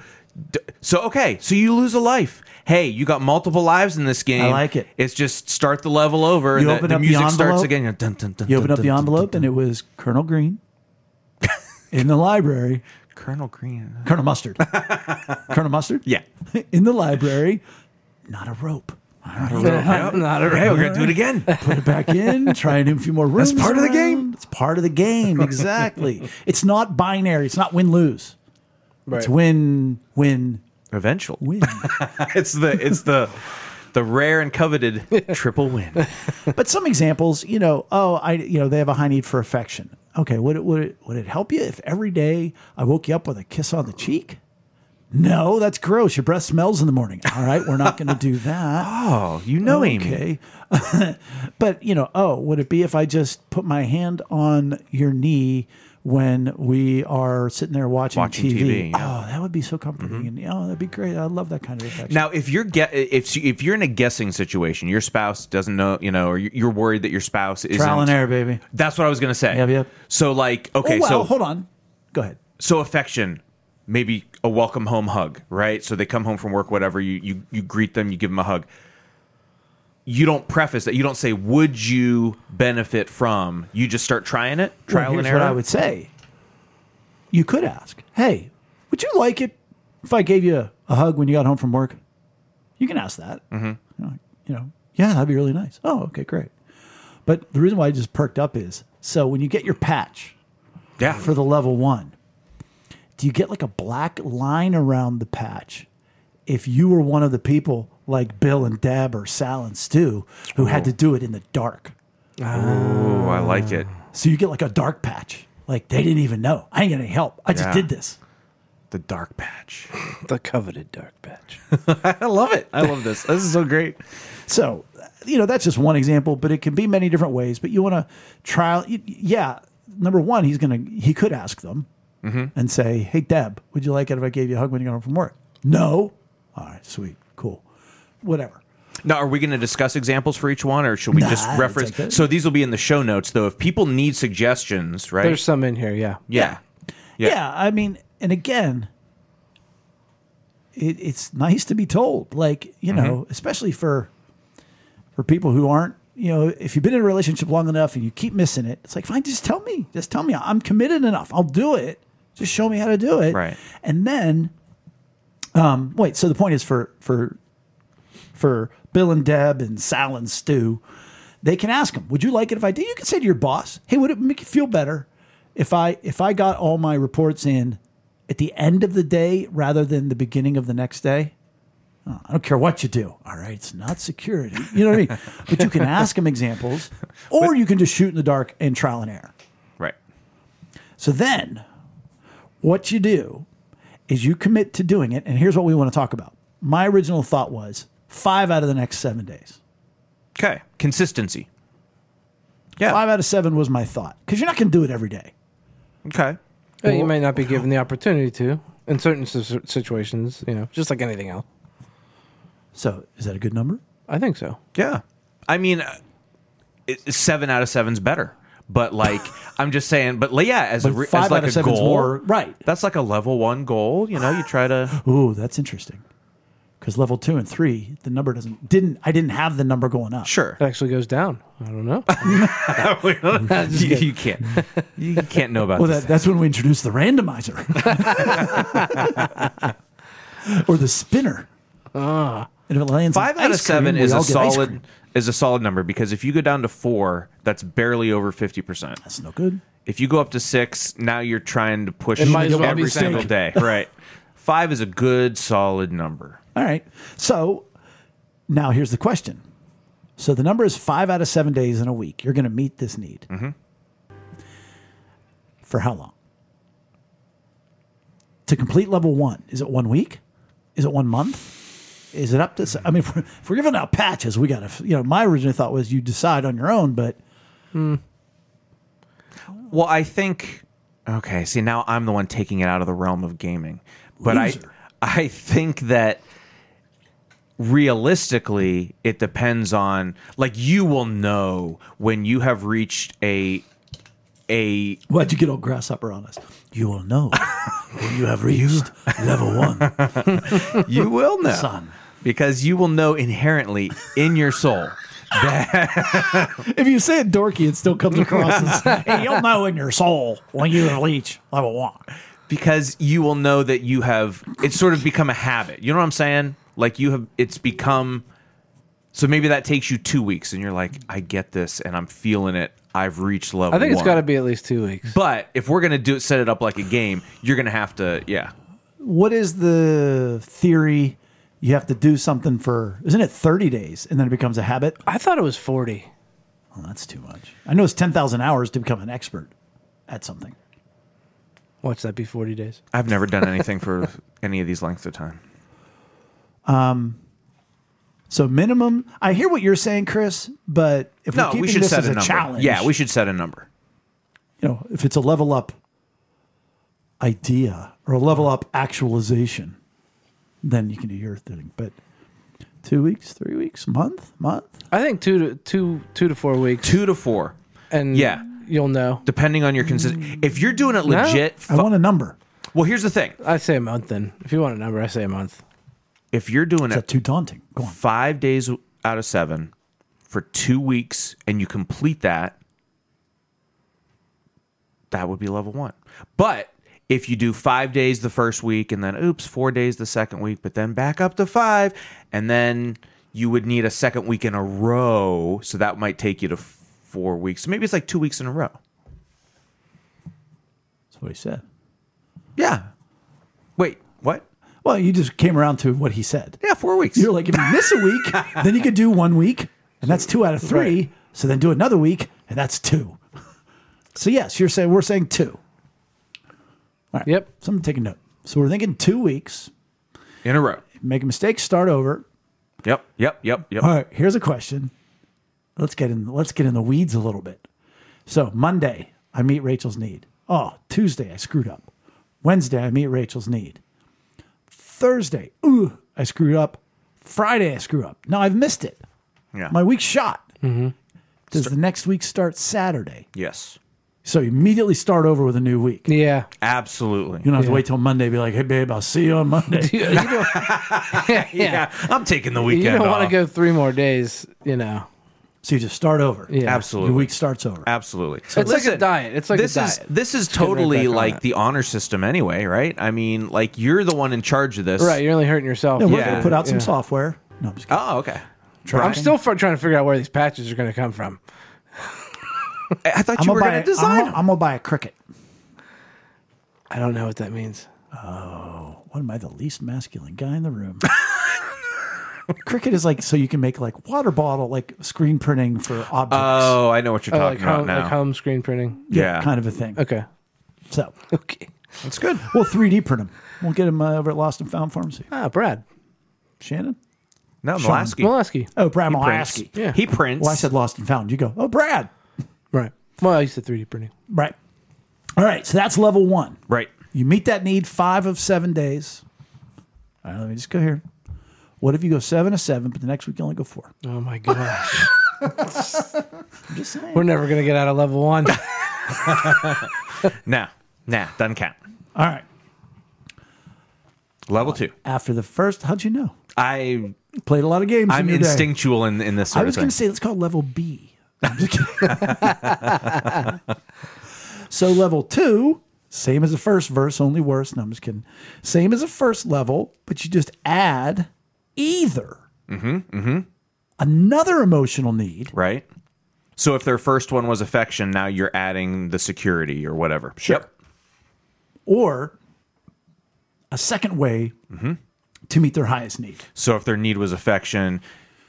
D- so okay, so you lose a life. Hey, you got multiple lives in this game.
I like it.
It's just start the level over,
You
and the,
open
the
up the
music starts
envelope.
again. You're dun, dun, dun,
You
dun,
open up
dun,
the
dun,
envelope,
dun,
and it was Colonel Green in the library.
dun. Colonel Green.
Colonel Mustard. Colonel Mustard?
Yeah.
In the library, not a rope. All right,
Not, not a
Hey, we're gonna do it again.
Put it back in, try and do a few more rooms.
part of the game.
around. It's part of the game, exactly. it's not binary, it's not win lose. It's
Right.
win, win,
Eventual.
win.
It's the it's the the rare and coveted triple win.
but some examples, you know, oh, I, you know, they have a high need for affection. Okay, would it would it would it help you if every day I woke you up with a kiss on the cheek? No, that's gross. Your breath smells in the morning. All right, we're not going to do that.
Oh, you know Amy.
Okay, but you know, oh, would it be if I just put my hand on your knee when we are sitting there watching,
Watching TV, yeah. Mm-hmm.
Oh, that would be so comforting, and oh, that'd be great. I love that kind of affection.
Now, if you're get if you- if you're in a guessing situation, your spouse doesn't know, you know, or you- you're worried that your spouse is
Trial and error, baby.
That's what I was gonna say.
Yep, yep.
So like, okay,
oh, well,
so
hold on. Go ahead.
so affection, maybe a welcome home hug, right? So they come home from work, whatever. You you you greet them, you give them a hug. You don't preface that. You don't say, "Would you benefit from?" You just start trying it,
Well,
trial
here's
and error.
What I would say, you could ask, "Hey, would you like it if I gave you a hug when you got home from work?" You can ask that. Mm-hmm. You, know, you know, yeah, that'd be really nice. Oh, okay, great. But the reason why I just perked up is so when you get your patch
yeah,
for the level one, do you get like a black line around the patch? If you were one of the people like Bill and Deb or Sal and Stu who had to do it in the dark.
oh, I like it.
So you get like a dark patch. Like they didn't even know. I ain't got any help. I
Yeah.
just did this.
The dark patch.
The coveted dark patch.
I love it. I love this. This is so great.
So, you know, that's just one example, but it can be many different ways. But you want to trial. y- Yeah. Number one, he's going to, he could ask them and say, Hey, Deb, would you like it if I gave you a hug when you got home from work? No. All right. Sweet. Cool. Whatever.
Now, are we going to discuss examples for each one, or should we
Nah,
just
I don't
reference?
think that-
So these will be in the show notes, though. If people need suggestions, right?
There's some in here, yeah.
yeah.
Yeah. I mean, and again, it, it's nice to be told, like, you know, especially for for people who aren't, you know, if you've been in a relationship long enough and you keep missing it, it's like, fine, just tell me. Just tell me. I'm committed enough. I'll do it. Just show me how to do it.
Right.
And then um wait, so the point is for for for Bill and Deb and Sal and Stu, they can ask them, "Would you like it if I did?" You can say to your boss, "Hey, would it make you feel better if I if I got all my reports in at the end of the day rather than the beginning of the next day?" Oh, I don't care what you do. All right, it's not security. You know what I mean? But you can ask them examples, or you can just shoot in the dark and trial and error.
Right.
So then, what you do is you commit to doing it. And here's what we want to talk about. My original thought was five out of the next seven days.
Okay. Consistency. Yeah.
Five out of seven was my thought because you're not going to do it every day.
Okay.
But you may not be given the opportunity to in certain s- situations, you know, just like anything else.
So is that a good number?
I think so.
Yeah. I mean, uh, it, seven out of seven's better, but like I'm just saying. But like, yeah, as a
But
re-
five
as like
out of
a
seven's
goal,
more- right.
That's like a level one goal. You know, you try to.
Ooh, that's interesting. Because level two and three, the number doesn't didn't I didn't have the number going up.
Sure,
It actually goes down. I don't know.
you, you can't. You can't know about
Well,
this.
that, that's when we introduced the randomizer or the spinner. and if it lands on
Ah. Five out of
ice cream,
seven
we
is a
all get ice cream.
solid is a solid number because if you go down to four, that's barely over fifty percent.
That's no good.
If you go up to six, now you're trying to push
It might as well
every
be steak.
single day. Right. Five is a good solid number.
All right. So now here's the question. So the number is five out of seven days in a week. You're going to meet this need. For how long? To complete level one, is it one week? Is it one month? Is it up to? I mean, if we're, if we're giving out patches, we got to. You know, my original thought was you decide on your own, but
Well, I think okay, see now I'm the one taking it out of the realm of gaming. But
Loser.
I I think that realistically, it depends on like you will know when you have reached a a
Why'd you get all grasshopper on us? You will know when you have reached level one,
you will know
son.
because you will know inherently in your soul.
If you say it dorky, it still comes across as, hey, you'll know in your soul when you reach level one.
because you will know that you have it's sort of become a habit. You know what I'm saying? Like you have it's become so maybe that takes you 2 weeks and you're like I get this and I'm feeling it. I've reached level
I think it's
one."
got to be at least two weeks.
But if we're going to do it set it up like a game, you're going to have to yeah.
What is the theory? You have to do something for, isn't it 30 days and then it becomes a habit?
I thought it was 40.
Well, that's too much. I know it's 10,000 hours to become an expert at something.
Watch that be 40 days.
I've never done anything for any of these lengths of time.
So minimum, I hear what you're saying, Chris, but if we're
No,
keeping
we should
this
set
as
a
a,
number.
challenge,
Yeah, we should set a number.
you know, if it's a level up idea or a level up actualization, then you can do your thing. But two weeks, three weeks, month, month.
I think two to two two to four weeks,
2 to 4
and
yeah.
you'll know.
depending on your consistent. If you're doing it legit,
I
fu-
want a number.
well, here's the thing.
I say a month. Then, if you want a number, I say a month.
If you're doing
Is
it
that too daunting? Go on.
five days out of seven for two weeks and you complete that, that would be level one. But if you do five days the first week and then, oops, four days the second week, but then back up to five, and then you would need a second week in a row. So that might take you to f- four weeks. So maybe it's like two weeks in a row.
That's what he said.
Yeah. Wait, what?
Well, you just came around to what he said.
Yeah, four weeks.
You're like, if you miss a week, then you could do one week, and that's two out of three. So then do another week, and that's two. So yes, you're saying we're saying two.
Yep.
So I'm taking note. So we're thinking two weeks.
in a row.
Make a mistake, start over.
Yep, yep, yep, yep.
All right, here's a question. Let's get in let's get in the weeds a little bit. So Monday, I meet Rachel's need. Oh, Tuesday, I screwed up. Wednesday, I meet Rachel's need. Thursday, ooh, I screwed up. Friday, I screw up. Now I've missed it.
Yeah.
My week's shot. Does the next week start Saturday?
yes.
So you immediately start over with a new week. You
Yeah.
Absolutely.
don't have to wait till Monday. Be like, hey babe, I'll see you on Monday.
You, you don't, yeah,
Yeah, I'm taking the
You
weekend
don't want to
off.
go three more days. You know.
so you just start over.
Yeah.
Your
Absolutely.
week starts over.
Absolutely.
It's like a diet. It's like a
this is
diet.
this is
right
totally
back on
like
it.
the honor system anyway, right? I mean, like you're the one in charge of this.
Right. You're only hurting yourself.
No, we're
Yeah.
gonna put out some
Yeah.
software. No, I'm just kidding.
Oh, okay.
I'm still f- trying to figure out where these patches are going to come from.
I I thought
I'm
you
gonna,
were
buy,
going to design
I'm, gonna- I'm gonna buy a cricket.
I don't know what that means.
What am I, the least masculine guy in the room? cricket is like so you can make like water bottle like screen printing for objects,
Oh, I know what
Uh,
you're
Oh,
talking
like
about
home,
now.
like home screen printing.
yeah.
kind of a thing.
Okay.
So
Okay.
That's good.
we'll 3D print them. We'll get them uh, over at Lost and Found Pharmacy.
Ah, Brad
Shannon.
No, Molaski.
Molaski.
Oh, Brad
prints.
Malasky.
Yeah.
He prints.
Well, I said Lost and Found. You go. Oh, Brad.
Right. Well, I used to 3D printing.
Right. All right. So that's level one.
right.
You meet that need five of seven days. All right, let me just go here. What if you go seven of seven, but the next week you only go four?
Oh my gosh.
I'm just saying.
We're never gonna get out of level one.
Nah, nah, doesn't count.
All right.
Level two.
After the first, how'd you know?
I
Played a lot of games. in
I'm
your day.
instinctual in in this sort
I was
of thing.
going to say let's call it level B. I'm just kidding. so level two, same as the first verse, only worse. No, I'm just kidding. Same as the first level, but you just add either another emotional need.
right? So if their first one was affection, now you're adding the security or whatever.
Sure. or a second way to meet their highest need.
So if their need was affection,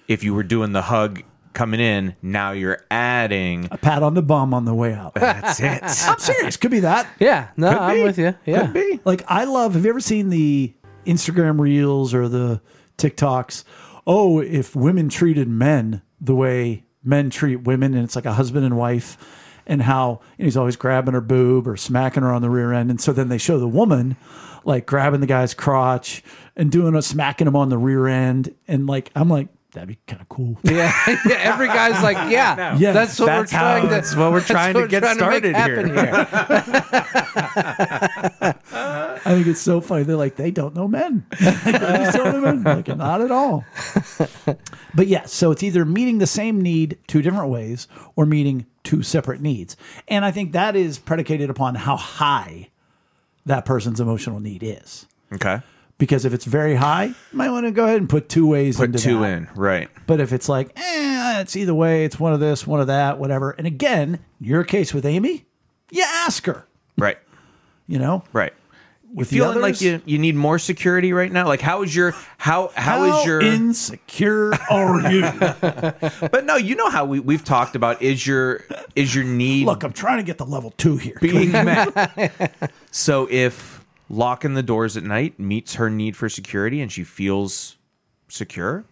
if you were doing the hug coming in, now you're adding.
A pat on the bum on the way out.
That's it.
I'm serious. Could be that.
yeah. No,
Could
I'm
be.
with you. Yeah.
Could be.
Like I love. Have you ever seen the Instagram reels or the TikToks? Oh, if women treated men the way men treat women, and it's like a husband and wife, and how and he's always grabbing her boob or smacking her on the rear end. And so then they show the woman like grabbing the guy's crotch and doing a smacking him on the rear end. And like, I'm like, that'd be kind of cool.
Yeah, yeah. Every guy's like, yeah,
Yeah,
that's what
that's
we're
how-
trying to.
that's what we're trying to
we're
get
make
started here.
happen here.
I think it's so funny. They're like, they don't know men. They just don't know men. Like, not at all. But yeah, so it's either meeting the same need two different ways or meeting two separate needs. And I think that is predicated upon how high that person's emotional need is.
Okay.
Because if it's very high, you might want to go ahead and put two ways
Put
into
two
that.
in. Right.
But if it's like, eh, it's either way, it's one of this, one of that, whatever. And again, your case with Amy, you ask her,
Right.
you know?
Right.
With the
Feeling like
others-
you, you need more security right now. Like how is your how how is your
insecure are you?
But no, you know how we we've talked about is your is your need
Look, I'm trying to get the level two here.
being met. so if locking the doors at night meets her need for security and she feels secure,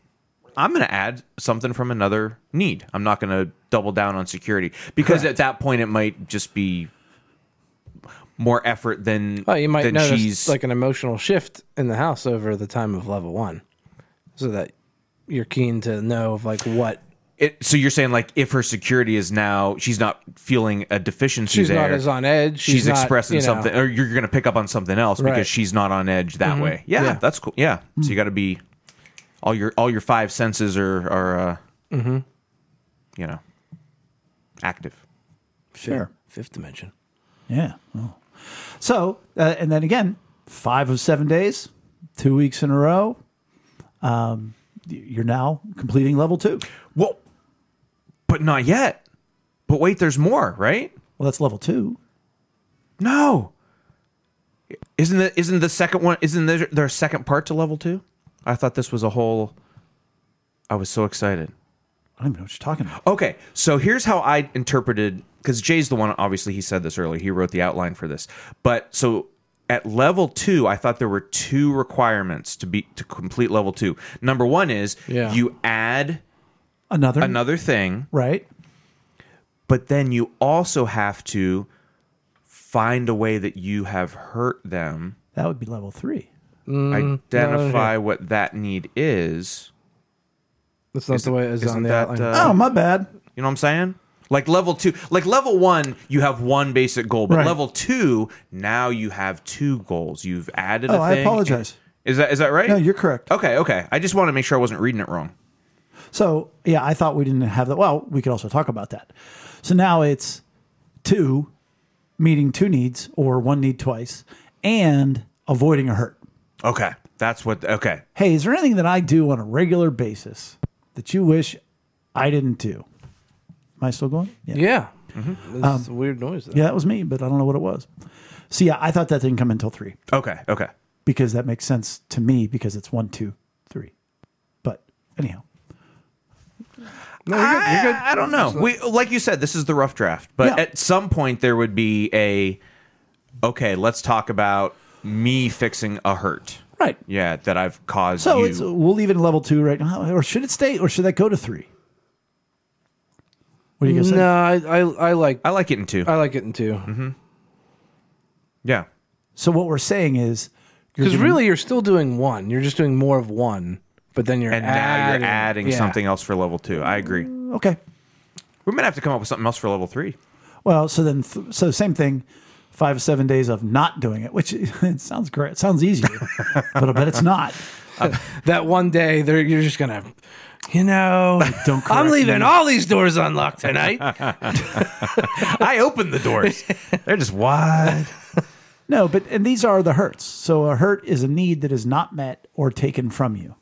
I'm going to add something from another need. I'm not going to double down on security because at that point it might just be more effort than
Well, Oh, you might
than
notice
she's
like an emotional shift in the house over the time of level one, so that you're keen to know of like what
it, so you're saying like if her security is now she's not feeling a deficiency
she's
there
not as on edge.
she's,
She's, not,
expressing
you know,
something or you're going to pick up on something else
Right. Mm-hmm.
because she's not on edge that way yeah,
Yeah. Mm.
that's cool yeah so you got to be all your all your five senses are are uh,
Mm-hmm.
you know active
Sure.
Fifth dimension.
Yeah. Oh. So, uh, and then again, five of seven days, two weeks in a row. Um, y- you're now completing level two.
well but not yet but wait there's more right
Well, that's level two.
no isn't the isn't the second one isn't there there a second part to level two i thought this was a whole i was so excited
I don't even know what you're talking about.
Okay, so here's how I interpreted because Jay's the one. Obviously, he said this earlier. He wrote the outline for this. But so at level two, I thought there were two requirements to be to complete level two. Number one is
Yeah.
you add
Another,
another thing,
right?
but then you also have to find a way that you have hurt them,
That would be level three.
identify what that need is.
That's not the way it is
Isn't
on the
that
outline.
uh,
Oh, my bad.
You know what I'm saying? Like level two, like level one, you have one basic goal, but
Right.
level two, now you have two goals. You've added.
Oh,
a
I
thing.
apologize.
Is that is that right?
No, you're correct.
Okay, okay. I just want to make sure I wasn't reading it wrong.
So, yeah, I thought we didn't have that. Well, we could also talk about that. So now it's two, meeting two needs or one need twice, and avoiding a hurt.
Okay, that's what. Okay,
Hey, is there anything that I do on a regular basis that you wish I didn't do? Am I still going? Yeah.
yeah,
Mm-hmm.
That's
Um,
a weird noise. Though.
Yeah, that was me, but I don't know what it was. So, yeah, I thought that didn't come until three
okay, okay.
because that makes sense to me because it's one, two, three. But anyhow,
I, I don't know. We like you said, this is the rough draft, but
Yeah.
at some point there would be a. Okay, let's talk about me fixing a hurt.
right.
Yeah, that I've caused.
So
you.
it's, we'll leave it in level two right now. Or should it stay or should that go to three? What do you guys
No, I, I I like
I like it in two.
Uh,
I like it in
Mm-hmm.
two
yeah.
So what we're saying is you're
because
gonna-
really you're still doing one. You're just doing more of one, but then you're
And now
adding,
you're adding
yeah.
something else for level two. I agree.
okay.
We might have to come up with something else for level three.
Well, so then, th- so same thing, five to seven days of not doing it, which it sounds great. It sounds easier, but I bet it's not.
That one day they're, you're just gonna, you know,
Don't correct
I'm leaving
me.
all these doors unlocked tonight.
I opened the doors. They're just wide.
No, but, and these are the hurts. So a hurt is a need that is not met or taken from you.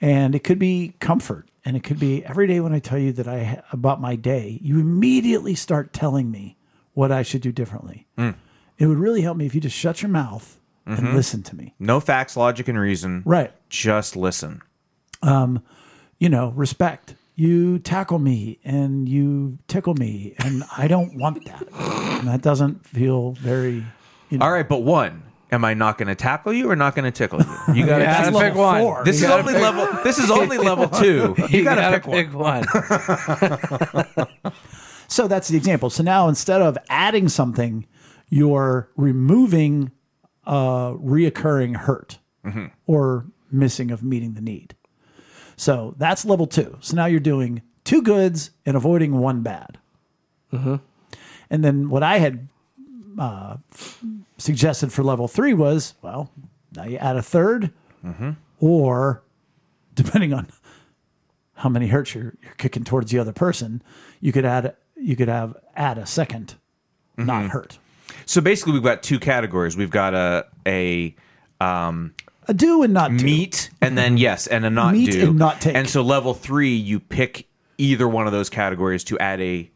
And it could be comfort. And it could be every day when I tell you that I ha- about my day, you immediately start telling me what I should do differently. It would really help me if you just shut your mouth and listen to me.
No facts, logic, and reason.
Right.
Just listen.
you know, respect. You tackle me and you tickle me, and I don't want that. And that doesn't feel very. You know,
All right, but one. Am I not going to tackle you or not going to tickle you? You got to.
Yeah,
that's
gotta
level
pick one.
four.
This
You
is
gotta
only
pick-
level. This is only level two. You, got to pick, one.
one.
So that's the example. So now instead of adding something, you're removing a reoccurring hurt or missing of meeting the need. So that's level two. So now you're doing two goods and avoiding one bad. And then what I had uh, suggested for level three was well, now you add a 3rd or depending on how many hurts you're, you're kicking towards the other person, you could add you could have add a 2nd
Mm-hmm.
not hurt.
So basically, we've got two categories. We've got a a
A do and not do.
meet, and then yes, and a not
Mm-hmm. Meet
do,
and not take.
And so level three, you pick either one of those categories to add a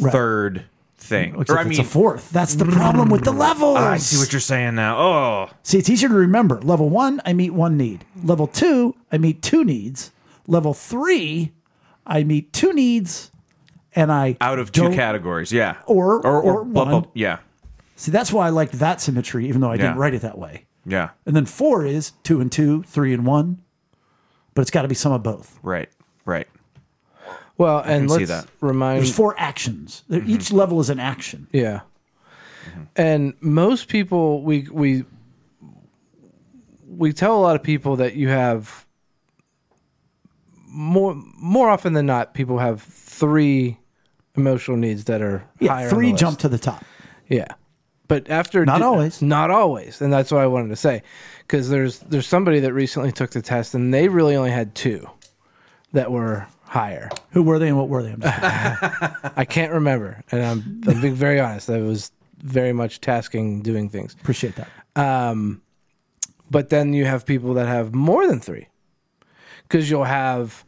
Right.
third thing.
Except
or I
it's
mean, Mm-hmm.
a fourth. That's the problem with the levels.
I see what you're saying now. Oh,
See, it's easier to remember. Level one, I meet one need. Level two, I meet two needs. Level three, I meet two needs, and I
out of 2
don't-
categories, yeah,
Or- or
blah, blah,
one.
blah. yeah,
See, that's why I liked that symmetry, even though I didn't
Yeah.
write it that way.
yeah,
And then four is two and two, three and one, but it's got to be some of both.
right, right.
Well, and
see
let's
that.
remind
There's four actions. There-
Mm-hmm.
Each level is an action.
Yeah.
Mm-hmm.
And most people we we we tell a lot of people that you have more more often than not people have three emotional needs that are higher
Yeah,
on
three
the
jump
list.
to the top.
Yeah. But after
Not always.
Not always. And that's what I wanted to say cuz there's there's somebody that recently took the test and they really only had two that were higher.
Who were they and what were they? I'm just kidding.
I can't remember. And I'm, I'm being very honest. I was very much tasking doing things.
appreciate that.
But then you have people that have more than three because you'll have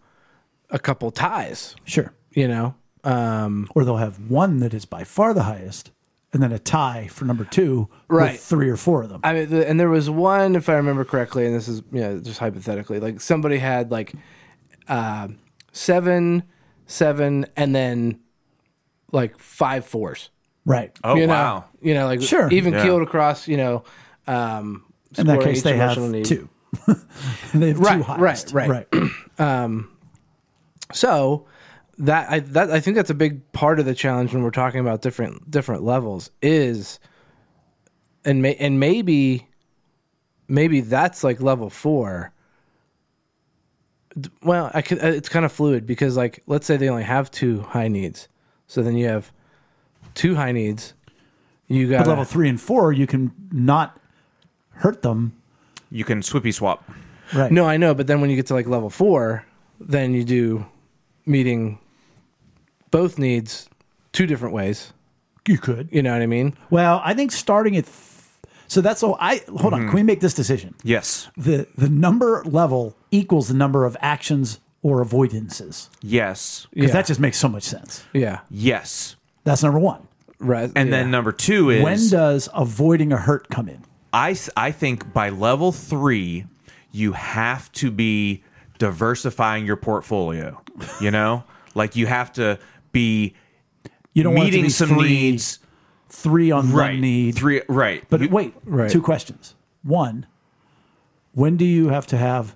a couple ties,
Sure.
you know?
Or they'll have one that is by far the highest, and then a tie for number two
Right.
with three or four of them.
I mean, the, and there was one, if I remember correctly, and this is, you know, just hypothetically, like somebody had like uh, seven, seven, and then like five fours.
right.
Oh
you know?
wow,
You know, like
Sure.
even
Yeah.
keeled across, you know, um,
In that
score
case,
each
they have
emotional need.
two. they have
Right,
two
right,
highest.
right. So that I that I think that's a big part of the challenge when we're talking about different different levels is and may, and maybe maybe that's like level 4. D- Well, I could, uh, it's kind of fluid because like let's say they only have two high needs. So then you have two high needs. You got
But level three and four, you can not hurt them.
you can swippy swap.
Right.
No, I know, but then when you get to like level 4, then you do meeting both needs two different ways.
you could.
You know what I mean?
Well, I think starting at th- so that's all. I hold on.
Mm-hmm.
Can we make this decision?
Yes,
The the number level equals the number of actions or avoidances
yes,
because
Yeah.
that just makes so much sense.
Yeah.
yes.
That's number one.
Right.
And
yeah.
then number two is
When does avoiding a hurt come in?
I, s- I think by level three, you have to be diversifying your portfolio. You know, like you have to be
You don't want it to
meeting
be
some
three,
needs.
Three on
Right.
one need.
Three. Right.
But
You-
wait,
Right.
two questions. One, when do you have to have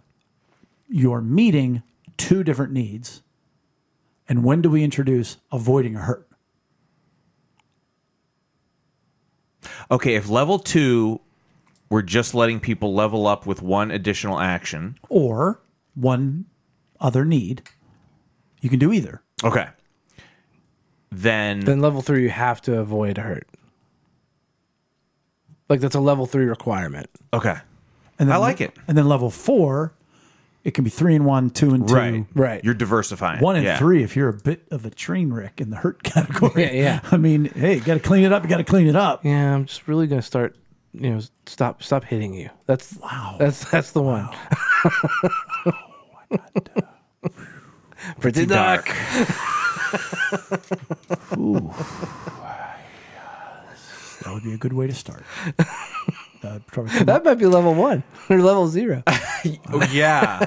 your meeting two different needs? And when do we introduce avoiding a hurt?
okay, if level two, we're just letting people level up with one additional action.
or one other need. You can do either.
Okay. Then,
then level three, you have to avoid hurt. Like that's a level three requirement.
okay.
And
I like it.
And then level four, it can be three and one, two and two,
Right.
Right.
You're diversifying.
one and
Yeah.
three if you're a bit of a train wreck in the hurt category.
Yeah, yeah.
I mean, hey, you got to clean it up. You got to clean it up.
Yeah, I'm just really gonna start. You know, stop, stop hitting you. That's
Wow.
That's that's the one. Pretty dark.
That would be a good way to start. That would probably come up.
That might be level one or level zero.
Oh, yeah.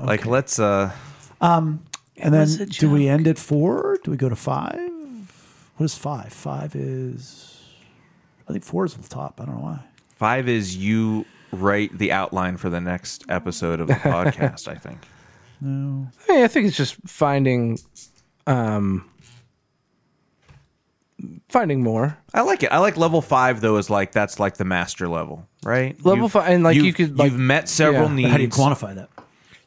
Like let's uh
and then
was a
do we end at four? Do we go to five? What is five? Five is, I think four is the top. I don't know why.
Five is you write the outline for the next episode of the podcast, I think.
I, mean, I think it's just finding um, finding more.
I like it. I like level five though. Is like that's like the master level, right?
Level five- and, like, you
you've-
could, like-
you've met several
yeah.
needs.
How do you quantify that?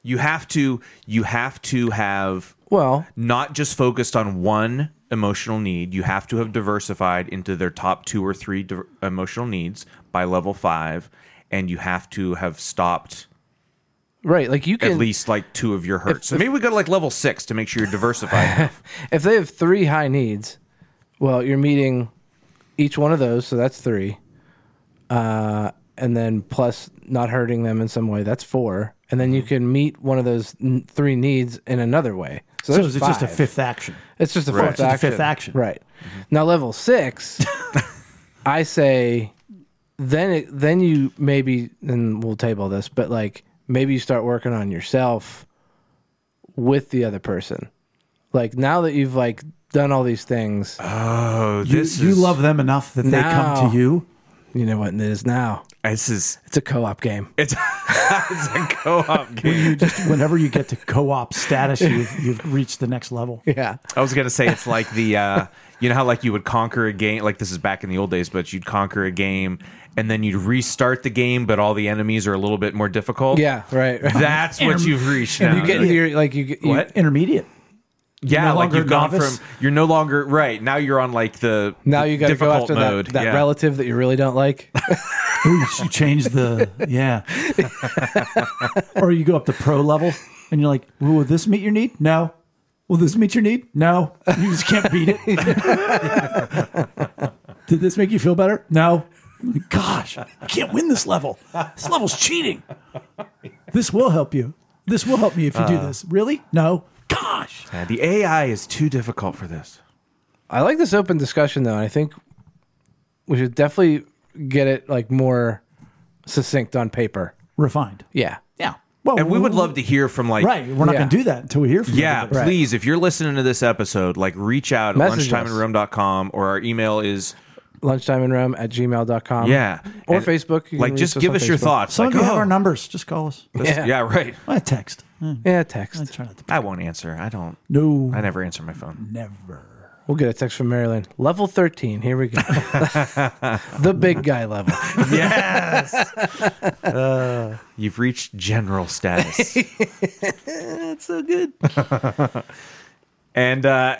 You have to. You have to have
Well,
not just focused on one emotional need. You have to have diversified into their top two or three diver- emotional needs by level five, and you have to have stopped
right. Like you
at
can
least like two of your hurts. So maybe we go to like level six to make sure you're diversified. enough.
if they have three high needs, well, you're meeting each one of those, so that's three. Uh, and then plus not hurting them in some way, that's four. And then
Mm-hmm.
you can meet one of those n- three needs in another way. So,
So
there's
is it just a
five.
fifth action?
It's just a
Right. Mm-hmm.
fifth
It's a
action.
fifth action.
Right. Now level six, I say, then it, then you maybe and we'll table this, but like maybe you start working on yourself with the other person. Like now that you've like done all these things,
oh,
You,
this
you
is,
love them enough that they
Now.
come to you.
you know what it is now.
this is
It's a co-op game.
it's, it's a co-op game.
You just whenever you get to co-op status, you've, you've reached the next level.
Yeah.
I was gonna say it's like the uh, you know how like you would conquer a game like this is back in the old days, but you'd conquer a game and then you'd restart the game, but all the enemies are a little bit more difficult.
Yeah. Right. right.
that's what you've reached now.
you get into your like you get you,
What?
Intermediate.
yeah,
no
like
longer
you've gone
novice?
from you're no longer right now. You're on like the
now you got to go
difficult
after
mode.
that, that
yeah.
relative that you really don't like.
Ooh, you should change the yeah. or you go up to pro level and you're like, "Ooh, will this meet your need? No. Will this meet your need? No. You just can't beat it. Did this make you feel better? No. Gosh, I can't win this level. This level's cheating. This will help you. This will help me if you
Uh.
do this. Really? No. Gosh.
Yeah, the AI is too difficult for this.
I like this open discussion though, and I think we should definitely get it like more succinct on paper.
Refined.
Yeah.
Yeah. Well,
And we would love to hear from like
Right. We're not
Yeah.
going to do that until we hear from you.
Yeah,
Right.
please, if you're listening to this episode, like reach out at
Message us.
lunchtimeandroom.com or our email is
Lunchtime in Rome at gmail.com.
yeah.
Or
And,
Facebook. You can
Like
reach
just
us
give
on
us your
Facebook.
thoughts.
Some
like,
of you have
oh,
our numbers. Just call us.
this-
Yeah.
yeah, right.
I text. Eh,
Yeah, text.
try not to.
I won't answer. I don't.
No,
I never answer my phone.
never.
We'll get a text from Maryland. Level 13. Here we go. the big guy level.
yes. Uh, You've reached general status.
That's so good.
and uh,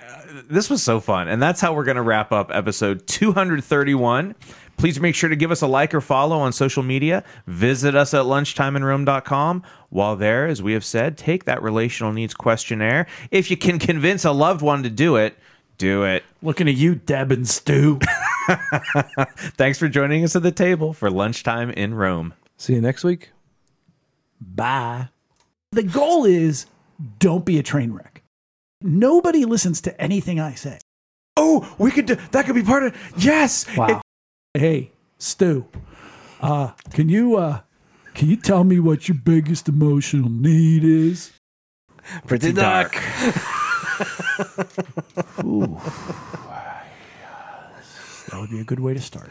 this was so fun. And that's how we're going to wrap up episode 231. Please make sure to give us a like or follow on social media. Visit us at lunchtimeandroom.com. While there, as we have said, take that relational needs questionnaire. If you can convince a loved one to do it, do it.
Looking at you, Deb and Stu.
Thanks for joining us at the table for Lunchtime in Rome.
See you next week.
Bye. The goal is don't be a train wreck. Nobody listens to anything I say.
Oh, we could do that. Could be part of yes.
Wow.
Hey, Stu, uh, can you uh, can you tell me what your biggest emotional need is?
Pretty dark.
That would be a good way to start.